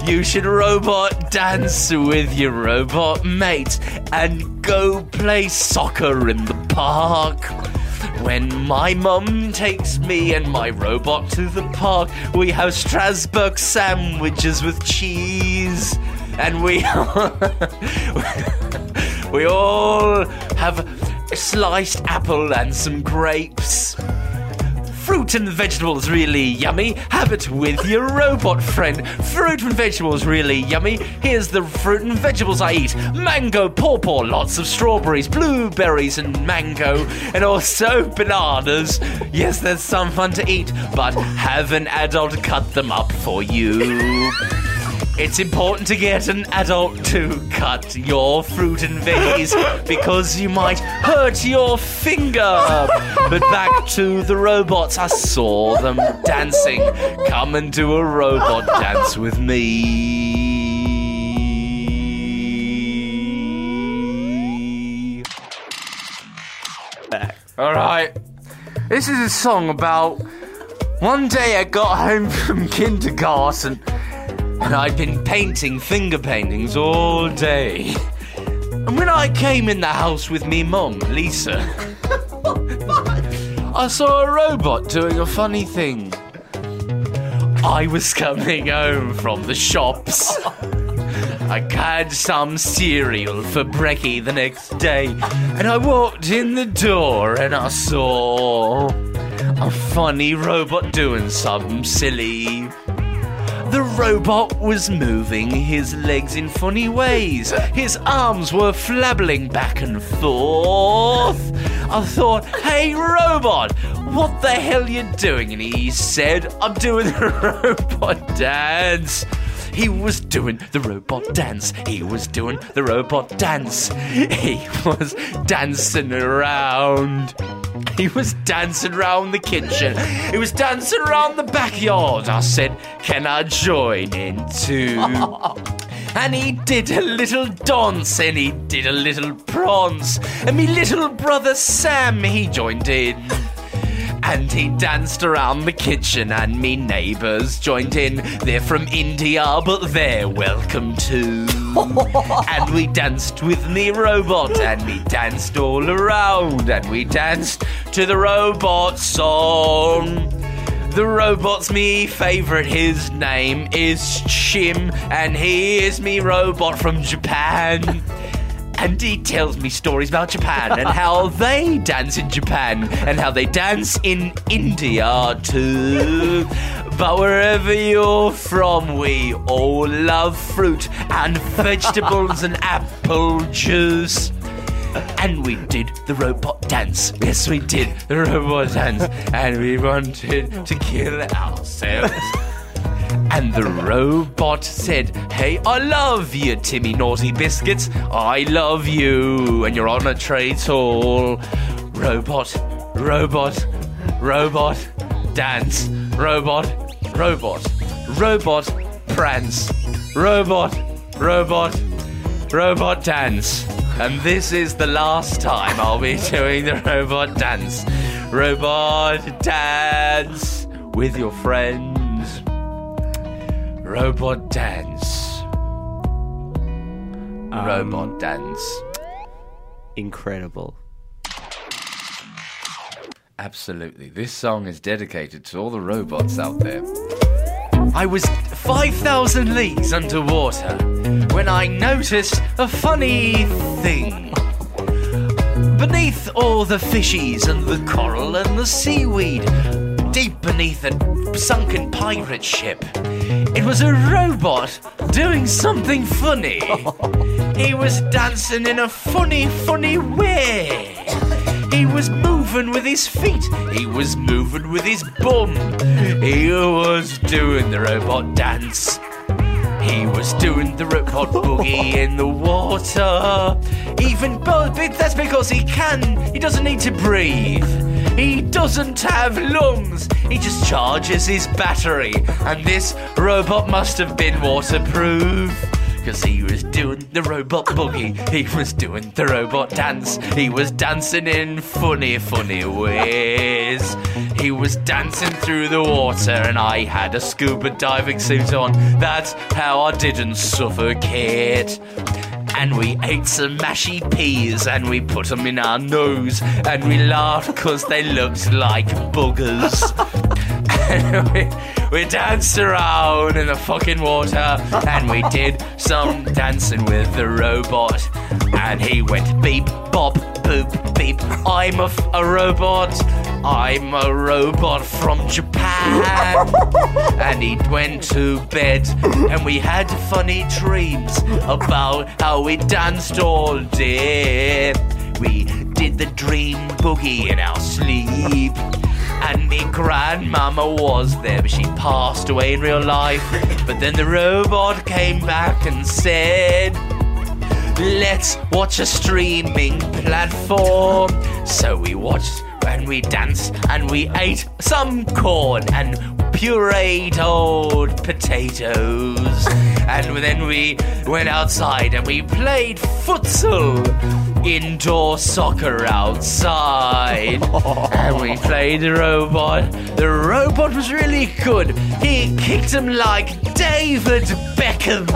Speaker 10: You should robot dance with your robot mate and go play soccer in the park. When my mum takes me and my robot to the park, we have Strasbourg sandwiches with cheese. And we we all have a sliced apple and some grapes. Fruit and vegetables really yummy. Have it with your robot friend. Fruit and vegetables really yummy. Here's the fruit and vegetables I eat mango, pawpaw, lots of strawberries, blueberries, and mango, and also bananas. Yes, there's some fun to eat, but have an adult cut them up for you. It's important to get an adult to cut your fruit and veggies because you might hurt your finger. But back to the robots. I saw them dancing. Come and do a robot dance with me. All right. This is a song about one day I got home from kindergarten and I'd been painting finger paintings all day. And when I came in the house with me mum, Lisa, I saw a robot doing a funny thing. I was coming home from the shops I got some cereal for brekkie the next day, and I walked in the door and I saw a funny robot doing something silly. The robot was moving his legs in funny ways. His arms were flabbling back and forth. I thought, hey robot, what the hell you doing? And he said, I'm doing the robot dance. He was doing the robot dance. He was doing the robot dance. He was dancing around. He was dancing around the kitchen. He was dancing around the backyard. I said, Can I join in too? And he did a little dance and he did a little prance. And me little brother Sam, he joined in. And he danced around the kitchen, and me neighbours joined in. They're from India, but they're welcome too. and we danced with me robot, and we danced all around, and we danced to the robot song. The robot's me favourite, his name is Shim, and he is me robot from Japan. And he tells me stories about Japan and how they dance in Japan and how they dance in India too. But wherever you're from, we all love fruit and vegetables and apple juice. And we did the robot dance. Yes, we did the robot dance. And we wanted to kill ourselves. And the robot said, Hey, I love you, Timmy Naughty Biscuits. I love you. And you're on a tray tall. Robot, robot, robot, dance. Robot, robot, robot, prance. Robot, robot, robot dance. And this is the last time I'll be doing the robot dance. Robot dance with your friends. Robot dance.
Speaker 3: Um,
Speaker 10: Robot dance.
Speaker 7: Incredible.
Speaker 3: Absolutely. This song is dedicated to all the robots out there. I was 5,000 leagues underwater when I noticed a funny thing. Beneath all the fishies and the coral and the seaweed, deep beneath a sunken pirate ship, it was a robot doing something funny. He was dancing in a funny, funny way. He was moving with his feet. He was moving with his bum. He was doing the robot dance. He was doing the robot boogie in the water. Even but that's because he can. He doesn't need to breathe. He doesn't have lungs. He just charges his battery. And this robot must have been waterproof. Cause he was doing the robot boogie, he was doing the robot dance, he was dancing in funny, funny ways. He was dancing through the water, and I had a scuba diving suit on. That's how I didn't suffocate. And we ate some mashy peas and we put them in our nose and we laughed because they looked like boogers. And we, we danced around in the fucking water and we did some dancing with the robot. And he went beep, bop, boop, beep. I'm a, f- a robot. I'm a robot from Japan. and he went to bed and we had funny dreams about how we danced all day. We did the dream boogie in our sleep. And me grandmama was there, but she passed away in real life. But then the robot came back and said, Let's watch a streaming platform. So we watched and we danced and we ate some corn and pureed old potatoes. And then we went outside and we played futsal indoor soccer outside. and we played the robot. The robot was really good. He kicked him like David Beckham.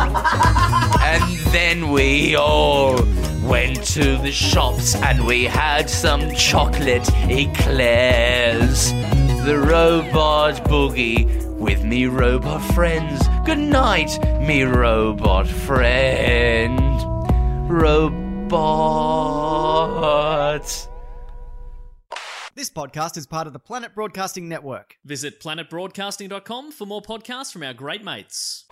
Speaker 3: and then we all went to the shops and we had some chocolate eclairs. The robot boogie
Speaker 10: with me robot friends. Good night, me robot friend. Robot.
Speaker 7: This podcast is part of the Planet Broadcasting Network.
Speaker 21: Visit planetbroadcasting.com for more podcasts from our great mates.